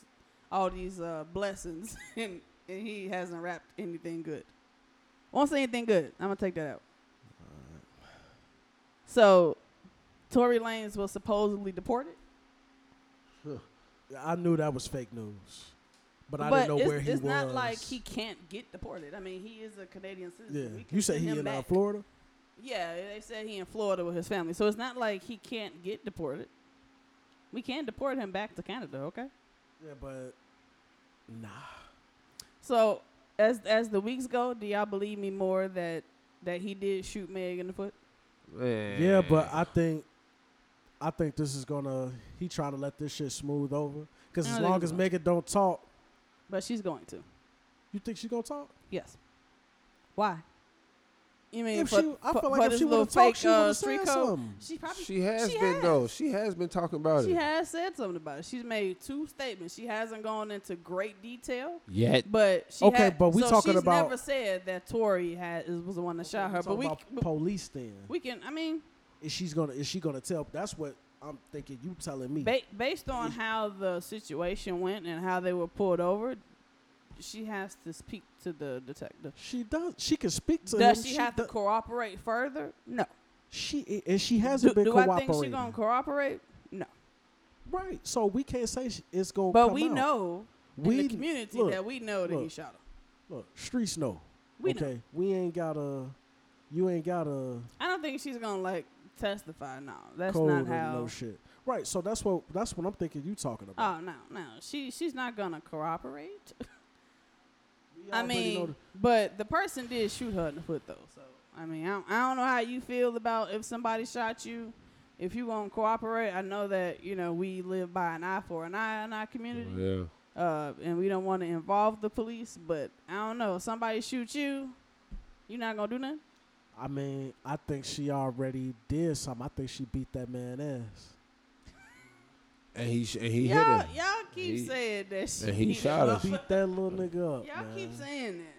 Speaker 2: all these uh, blessings, and, and he hasn't rapped anything good. Won't say anything good. I'm gonna take that out. So, Tory Lanez was supposedly deported,
Speaker 1: Uh, I knew that was fake news, but I
Speaker 2: but
Speaker 1: didn't know
Speaker 2: it's,
Speaker 1: where he
Speaker 2: it's
Speaker 1: was.
Speaker 2: not like he can't get deported. I mean, he is a Canadian citizen.
Speaker 1: Yeah,
Speaker 2: We can
Speaker 1: you say
Speaker 2: send
Speaker 1: he
Speaker 2: him
Speaker 1: in uh,
Speaker 2: back.
Speaker 1: Florida.
Speaker 2: Yeah, they said he in Florida with his family, so it's not like he can't get deported. We can deport him back to Canada, okay?
Speaker 1: Yeah, but nah.
Speaker 2: So as as the weeks go, do y'all believe me more that that he did shoot Meg in the foot?
Speaker 1: Yeah, but I think, I think this is gonna. He trying to let this shit smooth over because
Speaker 2: I
Speaker 1: as
Speaker 2: don't
Speaker 1: long
Speaker 2: think
Speaker 1: as
Speaker 2: so.
Speaker 1: Megan don't talk,
Speaker 2: But she's going to.
Speaker 1: you think she gonna talk?
Speaker 2: Yes. Why? You mean
Speaker 1: If
Speaker 2: for,
Speaker 1: she- I
Speaker 2: for-
Speaker 1: feel like
Speaker 2: for
Speaker 1: if
Speaker 2: this
Speaker 1: she would've
Speaker 2: little
Speaker 1: talked,
Speaker 2: fake
Speaker 1: she
Speaker 2: uh,
Speaker 1: would've
Speaker 2: street
Speaker 1: said
Speaker 2: code?
Speaker 1: something.
Speaker 2: She probably
Speaker 3: she has
Speaker 2: she
Speaker 3: been
Speaker 2: has.
Speaker 3: though. She has been talking about
Speaker 2: she
Speaker 3: it.
Speaker 2: has said something about it. She's made two statements. She hasn't gone into great detail,
Speaker 4: Yet
Speaker 2: but she
Speaker 1: Okay,
Speaker 2: had-
Speaker 1: but we
Speaker 2: so
Speaker 1: talking
Speaker 2: she's
Speaker 1: about-
Speaker 2: never said that Tori had is- was the one that shot her. But
Speaker 1: Talking
Speaker 2: we
Speaker 1: about
Speaker 2: but
Speaker 1: police then.
Speaker 2: we can. I mean,
Speaker 1: Is she's gonna? Is she gonna tell? That's what I'm thinking. You telling me?
Speaker 2: Ba- based on how the situation went and how they were pulled over, she has to speak to the detective.
Speaker 1: she does. She can speak to
Speaker 2: Does
Speaker 1: him.
Speaker 2: she, have to
Speaker 1: do-
Speaker 2: cooperate further? No.
Speaker 1: She and she
Speaker 2: Do,
Speaker 1: hasn't been
Speaker 2: do I
Speaker 1: cooperating.
Speaker 2: think she's gonna cooperate? No.
Speaker 1: right. So we can't say she, it's gonna.
Speaker 2: But
Speaker 1: come
Speaker 2: we
Speaker 1: out.
Speaker 2: know in the community
Speaker 1: look,
Speaker 2: that we know that he
Speaker 1: look.
Speaker 2: shot him.
Speaker 1: Look, streets know.
Speaker 2: We know.
Speaker 1: okay, we ain't gotta. You ain't gotta
Speaker 2: I don't think she's gonna like testify. No, that's
Speaker 1: code
Speaker 2: not
Speaker 1: or
Speaker 2: how.
Speaker 1: no shit. Right. So that's what that's what I'm thinking. You talking about?
Speaker 2: oh no, no, she she's not gonna cooperate.
Speaker 1: We
Speaker 2: Oh, I
Speaker 1: already know
Speaker 2: mean, but the person did shoot her in the foot, though. So I mean, I don't, I don't know how you feel about if somebody shot you. If you gonna cooperate, I know that you know we live by an eye for an eye in our community,
Speaker 4: yeah.
Speaker 2: uh, and we don't want to involve the police. But I don't know. If somebody shoots you, you not gonna do nothing.
Speaker 1: the- I mean, I think she already did something. I think she beat that man ass.
Speaker 3: And he sh-
Speaker 2: Y'all,
Speaker 3: and he
Speaker 2: y'all
Speaker 3: hit her.
Speaker 2: keep
Speaker 3: He-
Speaker 2: saying that. She
Speaker 3: and he
Speaker 2: beat
Speaker 3: shot
Speaker 2: up.
Speaker 3: her.
Speaker 1: Beat that little nigga up.
Speaker 2: Y'all
Speaker 1: man.
Speaker 2: keep saying that.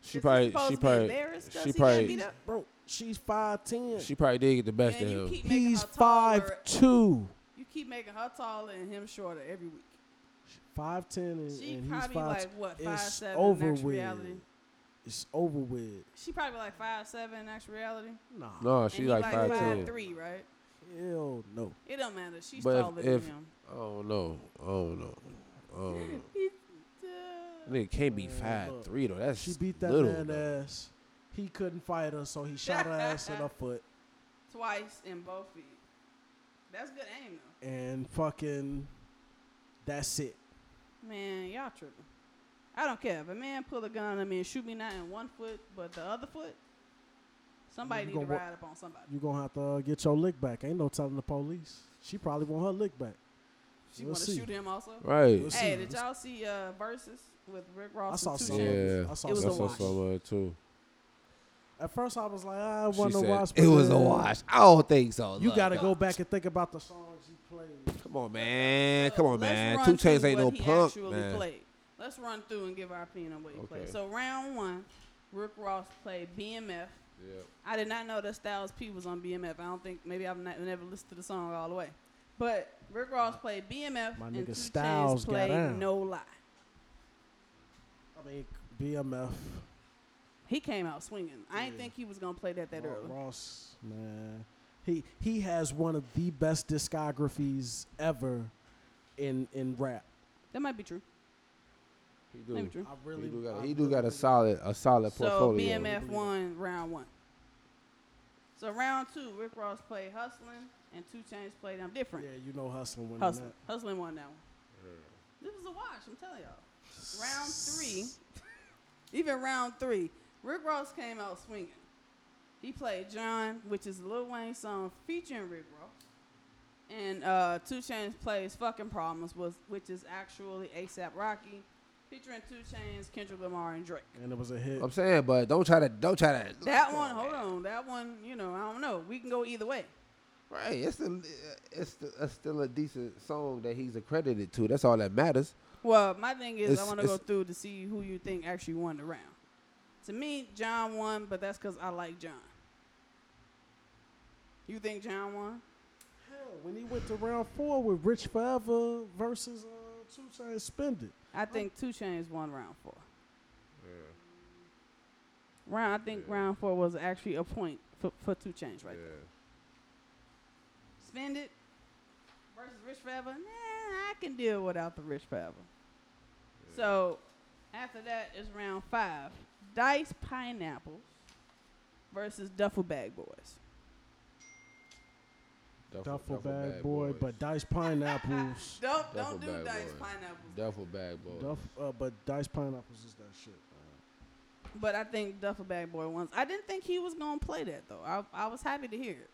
Speaker 3: She
Speaker 2: Is he
Speaker 3: probably
Speaker 2: supposed
Speaker 3: she
Speaker 2: to be
Speaker 3: probably
Speaker 2: embarrassed 'cause
Speaker 3: she
Speaker 2: he got
Speaker 3: probably-
Speaker 2: beat up?
Speaker 1: bro. She's five ten.
Speaker 3: she probably did get the best
Speaker 2: And you
Speaker 3: of him.
Speaker 2: keep making
Speaker 1: He's
Speaker 2: her taller.
Speaker 1: five two.
Speaker 2: You keep making her taller and him shorter every week.
Speaker 1: Five ten and,
Speaker 2: She
Speaker 1: and he's
Speaker 2: probably
Speaker 1: five.
Speaker 2: like what
Speaker 1: it's
Speaker 2: five seven
Speaker 1: over
Speaker 2: in actual
Speaker 1: with.
Speaker 2: reality.
Speaker 1: It's over with.
Speaker 2: She probably like five seven in actual reality.
Speaker 1: Nah.
Speaker 3: No, she
Speaker 2: and
Speaker 3: like
Speaker 2: he
Speaker 3: five
Speaker 2: five
Speaker 3: ten.
Speaker 2: three, right?
Speaker 1: Hell no.
Speaker 2: It don't matter. She's
Speaker 3: But if-
Speaker 2: taller
Speaker 3: if-
Speaker 2: than him.
Speaker 3: I don't know. I don't know. I don't know.
Speaker 2: He- uh,
Speaker 3: Nigga can't be
Speaker 1: Man,
Speaker 3: five
Speaker 1: look.
Speaker 3: three though. That's
Speaker 1: She beat that
Speaker 3: little,
Speaker 1: man
Speaker 3: though.
Speaker 1: ass. He couldn't fight her, so he shot her ass in her foot
Speaker 2: twice in both feet. That's good aim
Speaker 1: and fucking. That's it.
Speaker 2: though. Man, y'all tripping. I don't care if a man pull a gun on me and shoot me not in one foot but the other foot. Somebody
Speaker 1: You
Speaker 2: need to
Speaker 1: gonna wa-
Speaker 2: ride up on somebody.
Speaker 1: You gonna have to uh, get your lick back. Ain't no telling the police. She probably want her lick back.
Speaker 2: She
Speaker 1: we'll
Speaker 2: want to
Speaker 1: see.
Speaker 2: shoot him also.
Speaker 3: Right.
Speaker 1: We'll
Speaker 2: Hey,
Speaker 1: see.
Speaker 2: did y'all see uh, versus with Rick Ross?
Speaker 1: I saw
Speaker 2: and Two
Speaker 1: some.
Speaker 2: Chainz?
Speaker 3: Yeah.
Speaker 1: I saw
Speaker 2: It was
Speaker 1: some.
Speaker 2: a
Speaker 3: That's
Speaker 2: wash.
Speaker 3: also uh, too.
Speaker 1: At first, I was like, "Ah, I
Speaker 3: She
Speaker 1: want to
Speaker 3: said,
Speaker 1: watch.
Speaker 3: it was a
Speaker 1: then
Speaker 3: wash. I don't think so.
Speaker 1: You
Speaker 3: Look,
Speaker 1: gotta
Speaker 3: uh,
Speaker 1: go back and think about the songs you played.
Speaker 3: Come on, man.
Speaker 2: Uh,
Speaker 3: Come
Speaker 2: let's
Speaker 3: on, man.
Speaker 2: run
Speaker 3: Two Chainz
Speaker 2: through
Speaker 3: ain't
Speaker 2: what
Speaker 3: no
Speaker 2: he
Speaker 3: punk,
Speaker 2: actually
Speaker 3: man.
Speaker 2: Played. Let's run through and give our opinion on what he played.
Speaker 3: Okay.
Speaker 2: So round one, Rick Ross played BMF. I did not know that Styles P was on BMF. I don't think maybe I've not, never listened to the song all the way. But Rick Ross played BMF
Speaker 1: My
Speaker 2: and
Speaker 1: nigga
Speaker 2: Two
Speaker 1: Styles
Speaker 2: Styles
Speaker 1: got
Speaker 2: played
Speaker 1: down.
Speaker 2: No Lie.
Speaker 1: I mean, BMF.
Speaker 2: He came out swinging. I didn't
Speaker 1: Yeah.
Speaker 2: think he was gonna play that that
Speaker 1: Ra-
Speaker 2: early.
Speaker 1: Ross, man, he he has one of the best discographies ever in in rap.
Speaker 2: That might be true.
Speaker 3: He
Speaker 2: That might
Speaker 3: do.
Speaker 2: be true.
Speaker 1: I really
Speaker 3: he do got,
Speaker 1: I
Speaker 3: he do
Speaker 1: really
Speaker 3: got a
Speaker 1: believe-
Speaker 3: solid a solid
Speaker 2: So
Speaker 3: portfolio.
Speaker 2: BMF won round one. So round two, Rick Ross played Hustlin' and Two Chains played I'm Different.
Speaker 1: Yeah, you know hustling when
Speaker 2: Hustling.
Speaker 1: that.
Speaker 2: Hustling won that one. This was a wash, I'm telling y'all. Round three, even round three, Rick Ross came out swinging. He played John, which is a Lil Wayne song featuring Rick Ross. And uh, Two Chains plays Fucking Problems, was, which is actually ASAP Rocky, featuring Two Chains, Kendrick Lamar, and Drake.
Speaker 1: And it was a hit.
Speaker 3: I'm saying, but don't try to don't try to
Speaker 2: That one, hold on. That one, you know, I don't know. We can go either way.
Speaker 3: Right, it's a it's, the, it's still a decent song that he's accredited to. That's all that matters.
Speaker 2: Well, my thing is, I
Speaker 3: It's-
Speaker 2: want to go
Speaker 3: it's-
Speaker 2: through to see who you think actually won the round. To me, John won, but that's because I like John. You think John won?
Speaker 1: Hill when he went to round four with Rich Forever versus uh, Two Chainz Spended.
Speaker 2: I think Two Chains won round four. Round I think
Speaker 4: Yeah.
Speaker 2: round four was actually a point for, for Two Chains right there. Spend it versus Rich Forever. Nah, I can deal without the Rich Forever. So after that is round five. Dice Pineapples versus Duffel Bag Boys.
Speaker 1: Duffel Bag Boy, but Dice Pineapples.
Speaker 2: Don't
Speaker 4: Duffel
Speaker 2: don't do
Speaker 4: Bag
Speaker 2: Dice
Speaker 4: Boys.
Speaker 2: Pineapples.
Speaker 4: Duffel Bag Boy.
Speaker 1: Duff, uh, but Dice Pineapples is that shit. man.
Speaker 2: But I think Duffel Bag Boy wins. I didn't think he was gonna play that though. I I was happy to hear it.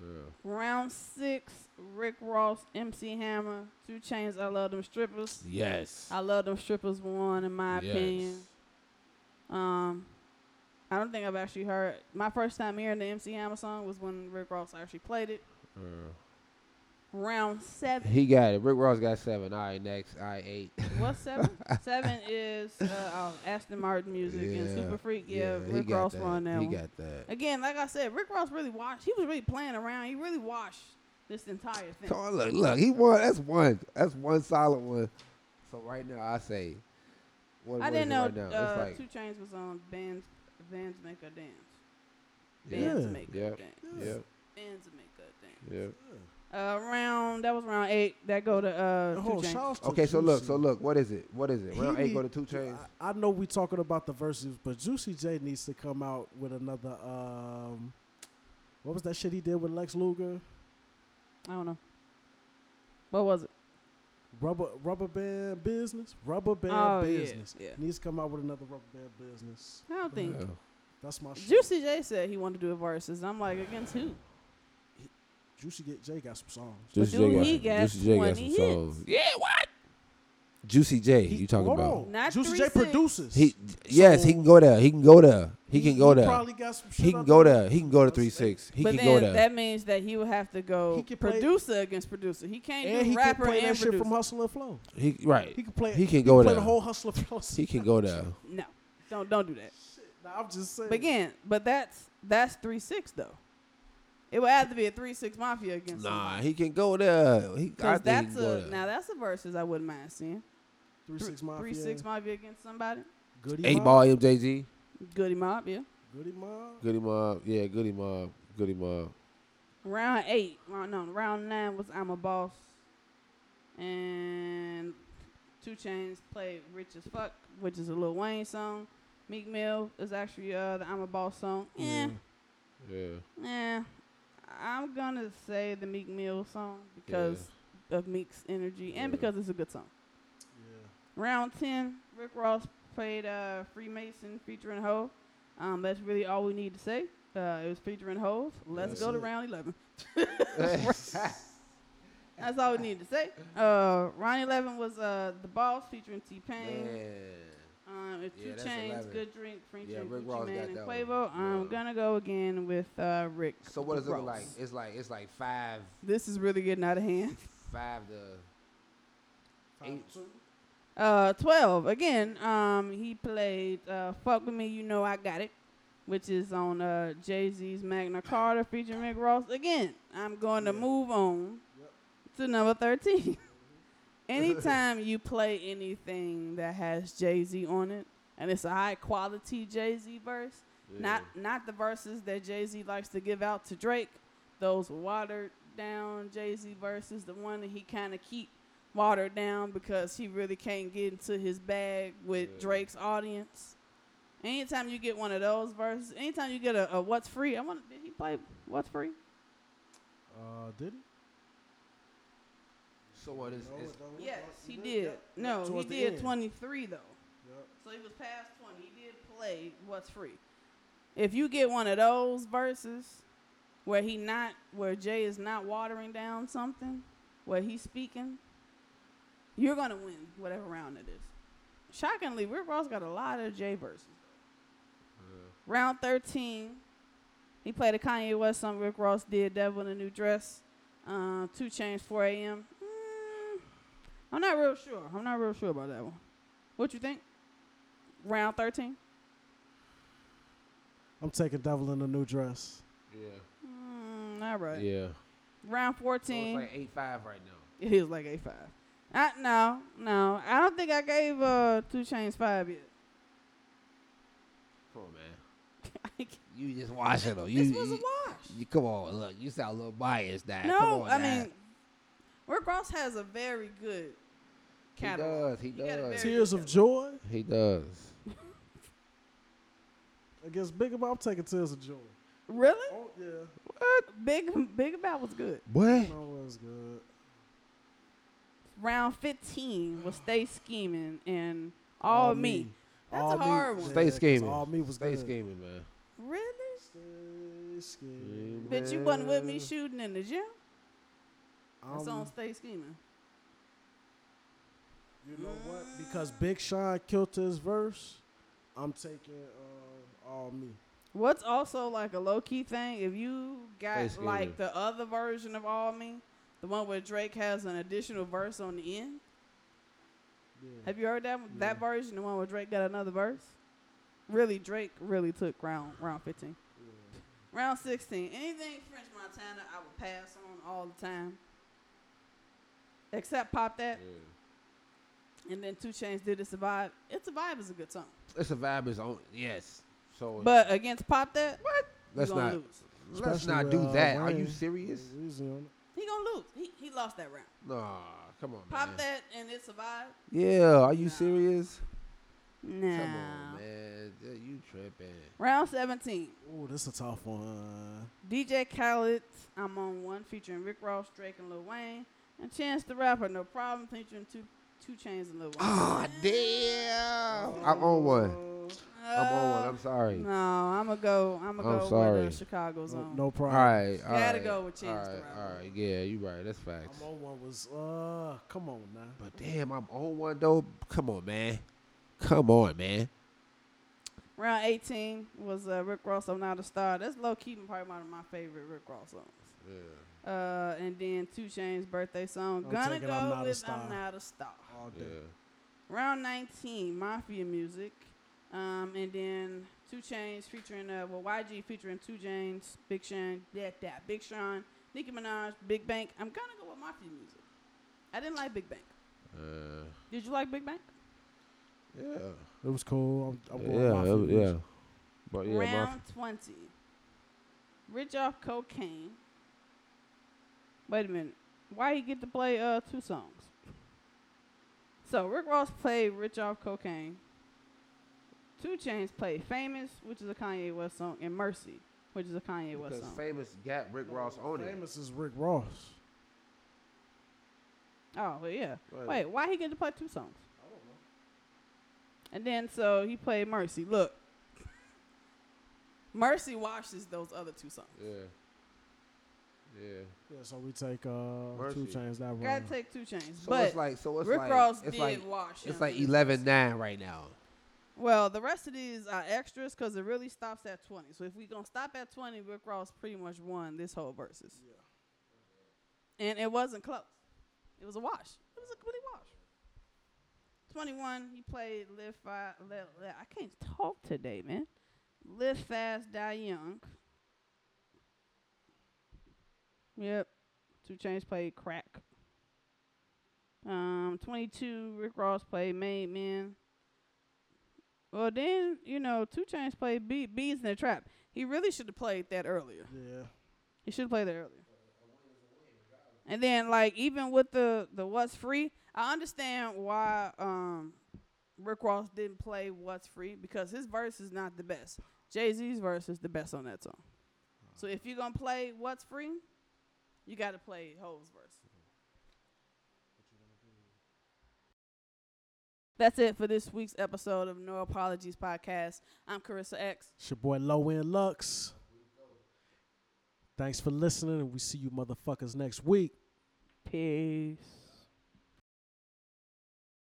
Speaker 4: Yeah.
Speaker 2: Round six, Rick Ross, MC Hammer, Two Chains. I love them strippers.
Speaker 4: Yes.
Speaker 2: I love them strippers one in my opinion. Um, I don't think I've actually heard my first time hearing the MC Hammer song was when Rick Ross actually played it. Round seven.
Speaker 4: He got it. Rick Ross got seven. All right, next. All right, eight.
Speaker 2: What's seven? seven is uh, um, Aston Martin music and
Speaker 4: Yeah,
Speaker 2: Super Freak. Yeah,
Speaker 4: he
Speaker 2: Rick
Speaker 4: got
Speaker 2: Ross
Speaker 4: that.
Speaker 2: won that
Speaker 4: He
Speaker 2: one.
Speaker 4: got that.
Speaker 2: Again, like I said, Rick Ross really watched. He was really playing around. He really watched this entire thing.
Speaker 3: Come on, look, look. He won. That's one. That's one solid one. So right now, I say. What,
Speaker 2: I
Speaker 3: what is
Speaker 2: didn't
Speaker 3: it
Speaker 2: know
Speaker 3: right now?
Speaker 2: uh,
Speaker 3: it's
Speaker 2: Two
Speaker 3: like
Speaker 2: Chains was on bands. Bands make a dance.
Speaker 1: Yeah.
Speaker 2: Bands make
Speaker 4: Yeah.
Speaker 2: a dance.
Speaker 4: Yeah.
Speaker 2: Bands make a dance.
Speaker 4: Yeah.
Speaker 2: Uh, round that was round eight. That go to uh,
Speaker 1: Oh,
Speaker 2: Two Chains.
Speaker 1: shouts to
Speaker 3: Okay, so look, so
Speaker 1: Juicy.
Speaker 3: look. What is it? What is it?
Speaker 1: He
Speaker 3: Round eight go to
Speaker 1: need-
Speaker 3: two chains.
Speaker 1: I, I know we talking about the verses, but Juicy J needs to come out with another. um What was that shit he did with Lex Luger?
Speaker 2: I don't know. What was it?
Speaker 1: Rubber rubber band business. Rubber band
Speaker 2: Oh, yeah,
Speaker 1: business.
Speaker 2: yeah.
Speaker 1: Needs to come out with another rubber band business.
Speaker 2: I don't think.
Speaker 1: That's my shit.
Speaker 2: Juicy J said he wanted to do a versus. I'm like against who?
Speaker 1: Juicy J- J got some songs.
Speaker 2: Juicy J got- he got Juicy J got some 20 hits. songs.
Speaker 4: Yeah, what? Juicy J,
Speaker 1: He-
Speaker 4: you talking
Speaker 1: hold
Speaker 4: about?
Speaker 1: on.
Speaker 2: Not
Speaker 1: Juicy
Speaker 2: three,
Speaker 1: J
Speaker 2: six.
Speaker 1: produces.
Speaker 4: He yes, he can go there. He can go there. He can go there.
Speaker 1: Probably got some shit
Speaker 4: He can
Speaker 1: up
Speaker 4: go
Speaker 1: there.
Speaker 4: there. He can go to
Speaker 1: Let's
Speaker 4: three
Speaker 1: say-
Speaker 4: six. He
Speaker 2: but
Speaker 4: can
Speaker 2: then
Speaker 4: go there.
Speaker 2: that means that he would have to go
Speaker 1: He could play-
Speaker 2: producer against producer. He can't
Speaker 1: And
Speaker 2: do
Speaker 1: he can
Speaker 2: rapper
Speaker 1: play
Speaker 2: and
Speaker 1: that shit
Speaker 2: producer.
Speaker 1: from Hustle and Flow.
Speaker 4: He right.
Speaker 1: He can play.
Speaker 4: He can
Speaker 1: he
Speaker 4: go
Speaker 1: play
Speaker 4: there.
Speaker 1: the whole Hustle and Flow.
Speaker 4: He can go there.
Speaker 2: no, don't don't do that.
Speaker 1: Nah, I'm just saying.
Speaker 2: But again, but that's that's three six though. It would have to be a three six mafia against.
Speaker 4: Nah, he can go there. He, I
Speaker 2: because
Speaker 4: think he
Speaker 2: that's
Speaker 4: can
Speaker 2: a
Speaker 4: go there.
Speaker 2: now that's a versus I wouldn't mind seeing.
Speaker 1: three six mafia.
Speaker 2: Three six mafia against somebody.
Speaker 1: Goody
Speaker 4: Eight
Speaker 1: Mob.
Speaker 4: ball MJG.
Speaker 2: Goody mob, yeah.
Speaker 1: Goody Mob.
Speaker 4: Goody mob. Yeah, goody mob. Goody mob.
Speaker 2: Round eight, round no, round nine was I'm a boss, and Two Chains played Rich as Fuck, which is a Lil Wayne song. Meek Mill is actually uh, the I'm a Boss song.
Speaker 4: Mm-hmm.
Speaker 2: Eh, Yeah,
Speaker 4: Yeah.
Speaker 2: yeah. Eh, I'm gonna say the Meek Mill song because of Meek's energy and
Speaker 4: Yeah.
Speaker 2: because it's a good song.
Speaker 1: Yeah.
Speaker 2: Round ten, Rick Ross played uh, Freemason featuring Hove. Um, that's really all we need to say. Uh, it was featuring Hove. Let's
Speaker 1: That's
Speaker 2: go to
Speaker 1: it.
Speaker 2: round eleven. That's all we need to say. Uh, Ronnie Levin was uh, the boss featuring T Pain. Um, it's
Speaker 4: Yeah,
Speaker 2: two
Speaker 4: that's
Speaker 2: chains,
Speaker 4: 11.
Speaker 2: good drink, featuring
Speaker 4: Yeah, Rick
Speaker 2: Gucci
Speaker 4: Ross
Speaker 2: Man
Speaker 4: got
Speaker 2: and
Speaker 4: that one.
Speaker 2: Quavo. I'm
Speaker 4: Yeah.
Speaker 2: gonna go again with uh, Rick.
Speaker 3: So what does it look
Speaker 2: Ross.
Speaker 3: like? It's like it's like five,
Speaker 2: This is really getting out of hand.
Speaker 3: five to eight.
Speaker 2: Uh, twelve again. Um, he played uh, "Fuck with Me, You Know I Got It," which is on uh, Jay Z's Magna Carta featuring Rick Ross. Again, I'm going to
Speaker 1: Yeah.
Speaker 2: move on
Speaker 1: Yep.
Speaker 2: to number thirteen. Anytime you play anything that has Jay Z on it, and it's a high quality Jay Z verse, not not the verses that Jay Z likes to give out to Drake. Those watered down Jay Z verses, the one that he kind of keep watered down because he really can't get into his bag with
Speaker 4: Yeah.
Speaker 2: Drake's audience. Anytime you get one of those verses, anytime you get a, a "What's Free," I want did he play "What's Free"?
Speaker 1: Uh, did he?
Speaker 3: So what is?
Speaker 1: No,
Speaker 3: is
Speaker 1: it don't look
Speaker 2: Yes,
Speaker 1: like-
Speaker 2: he did.
Speaker 1: Yep.
Speaker 2: No, he
Speaker 1: Towards the
Speaker 2: did
Speaker 1: end.
Speaker 2: twenty three though.
Speaker 1: Yep.
Speaker 2: So he was past 20. He did play what's free. If you get one of those verses where he not where Jay is not watering down something, where he's speaking, you're gonna win whatever round it is. Shockingly, Rick Ross got a lot of Jay verses. Round thirteen, he played a Kanye West song. Rick Ross did "Devil in a New Dress," uh, Two Chains, 4 a.m. Mm, I'm not real sure. I'm not real sure about that one. What you think? Round thirteen.
Speaker 1: I'm taking Devil in a New Dress.
Speaker 4: yeah.
Speaker 2: Mm, all right.
Speaker 4: Yeah.
Speaker 2: round
Speaker 3: So it's
Speaker 2: 14.
Speaker 3: like eight five right now.
Speaker 2: He was like a five. I, no, no. I don't think I gave uh two chains five yet.
Speaker 3: Come on, man.
Speaker 2: I can't-
Speaker 3: You just watching them. You,
Speaker 2: this was a
Speaker 3: you,
Speaker 2: wash.
Speaker 3: you- come on, look. You sound a little biased. Now. come
Speaker 2: No,
Speaker 3: on,
Speaker 2: I
Speaker 3: now.
Speaker 2: mean, Rick Ross has a very good
Speaker 3: he
Speaker 2: catalog.
Speaker 3: does. He
Speaker 2: You gotta
Speaker 3: does.
Speaker 2: very-
Speaker 1: Tears of joy
Speaker 3: He does.
Speaker 1: against Big Mouth. I'm taking tears of joy.
Speaker 2: Really?
Speaker 1: Oh yeah,
Speaker 2: Big Big About was good.
Speaker 3: What?
Speaker 1: that was good.
Speaker 2: Round 15 was Stay Scheming and All, me. That's a hard one.
Speaker 3: Stay
Speaker 1: 'cause
Speaker 3: scheming.
Speaker 1: All me was
Speaker 3: Stay
Speaker 1: good.
Speaker 3: scheming, man.
Speaker 2: Really?
Speaker 1: Stay scheming.
Speaker 2: Bitch, you wasn't with me shooting in the gym. That's
Speaker 1: Um,
Speaker 2: on Stay Scheming.
Speaker 1: You know what? Because Big Sean killed his verse, I'm taking uh, all me.
Speaker 2: What's also like a low key thing, if you got
Speaker 3: Face skinner.
Speaker 2: like the other version of All Me, the one where Drake has an additional verse on the end.
Speaker 1: Yeah.
Speaker 2: Have you heard that one- that version, the one where Drake got another verse? Really, Drake really took round round fifteen. Round sixteen. Anything French Montana I would pass on all the time. Except Pop That. And then Two Chains did it survive. It survive is a good song.
Speaker 3: It's a vibe. Is on. Yes. So
Speaker 2: But against Pop That,
Speaker 3: what?
Speaker 2: he
Speaker 3: Let's
Speaker 2: gonna
Speaker 3: not.
Speaker 2: lose.
Speaker 3: Let's
Speaker 1: Especially
Speaker 3: not do
Speaker 1: with, uh,
Speaker 3: that. Are you
Speaker 1: Wayne.
Speaker 3: serious?
Speaker 1: Easy on it.
Speaker 2: He gonna lose. He he lost that round.
Speaker 3: Nah. Come on,
Speaker 2: Pop
Speaker 3: man.
Speaker 2: that and it survived?
Speaker 3: Yeah. Are you
Speaker 2: Nah.
Speaker 3: serious?
Speaker 2: No.
Speaker 3: Come on, man. Yeah, You tripping?
Speaker 2: Round 17.
Speaker 1: Ooh, this a tough one.
Speaker 2: DJ Khaled, I'm on one, featuring Rick Ross, Drake, and Lil Wayne. And Chance the Rapper, no problem, featuring two, two Chains and Lil Wayne.
Speaker 3: Oh damn! I'm on one. I'm on one. I'm sorry.
Speaker 2: No, I'm gonna go. I'm
Speaker 3: I'm
Speaker 2: gonna go where
Speaker 3: sorry.
Speaker 2: the Chicago's
Speaker 1: No,
Speaker 2: on.
Speaker 1: no
Speaker 3: All
Speaker 1: problem.
Speaker 3: right. All
Speaker 2: Gotta
Speaker 3: right,
Speaker 2: go with Chance
Speaker 3: All
Speaker 2: the
Speaker 3: right.
Speaker 2: Rapper.
Speaker 3: All right. Yeah, you right. That's facts.
Speaker 1: I'm on one was uh come on now.
Speaker 3: But damn, I'm on one though. Come on, man. Come on, man.
Speaker 2: Round 18 was uh, Rick Ross. I'm not a star. That's low key probably one of my favorite Rick Ross songs. Uh, and then Two Chains' birthday song.
Speaker 1: I'm
Speaker 2: Gonna
Speaker 1: taking I'm
Speaker 2: go
Speaker 1: Not a
Speaker 2: with
Speaker 1: Star.
Speaker 2: I'm Not a Star.
Speaker 1: All day.
Speaker 2: Round 19, Mafia Music. Um, and then Two Chains featuring, uh, well, YG featuring Two Chains, Big Sean, that, that, Big Sean, Nicki Minaj, Big Bank. I'm gonna go with Mafia Music. I didn't like Big Bank.
Speaker 3: Uh,
Speaker 2: Did you like Big Bank?
Speaker 3: yeah.
Speaker 1: It was cool. I'm, I'm going
Speaker 3: yeah.
Speaker 1: Mafia
Speaker 3: it- Yeah.
Speaker 1: music.
Speaker 3: But Oh, yeah, my
Speaker 2: Round 20, Rich Off Cocaine. Wait a minute. Why he get to play uh two songs? So Rick Ross played Rich Off Cocaine. Two Chains played Famous, which is a Kanye West song, and Mercy, which is a Kanye West
Speaker 3: because
Speaker 2: song.
Speaker 3: famous got Rick Ross on it.
Speaker 1: Famous is Rick Ross.
Speaker 2: oh well, yeah.
Speaker 3: Right.
Speaker 2: Wait, why he get to play two songs? And then so he played Mercy. Look, Mercy washes those other two songs.
Speaker 3: Yeah. Yeah.
Speaker 1: Yeah, so we take uh
Speaker 3: Mercy.
Speaker 1: two chains that
Speaker 2: Gotta
Speaker 1: round.
Speaker 2: take Two Chains,
Speaker 3: So
Speaker 2: but
Speaker 3: it's like so it's
Speaker 2: Rick
Speaker 3: like
Speaker 2: Ross
Speaker 3: it's
Speaker 2: did
Speaker 3: like
Speaker 2: wash.
Speaker 3: it's
Speaker 2: him
Speaker 3: like
Speaker 2: in this
Speaker 3: 11 9 right now.
Speaker 2: Well, the rest of these are extras because it really stops at 20. So if we going to stop at 20, Rick Ross pretty much won this whole versus. And it wasn't close. It was a wash. It was a complete wash. 21, he played Live Fast. Live, Live- I can't talk today, man. Live Fast, Die Young. Yep. Two Chains played Crack. Um, 22, Rick Ross played Made Men. Well, then you know, Two Chains played B- Bees in the Trap. He really should have played that earlier.
Speaker 1: Yeah.
Speaker 2: He should have played that earlier. And then, like, even with the the What's Free, I understand why um Rick Ross didn't play What's Free because his verse is not the best. Jay Z's verse is the best on that song. So if you're gonna play What's Free, you got to play Ho's verse. That's it for this week's episode of No Apologies Podcast. I'm Carissa X.
Speaker 1: It's your boy Low End Lux. Thanks for listening, and we see you motherfuckers next week.
Speaker 2: Peace.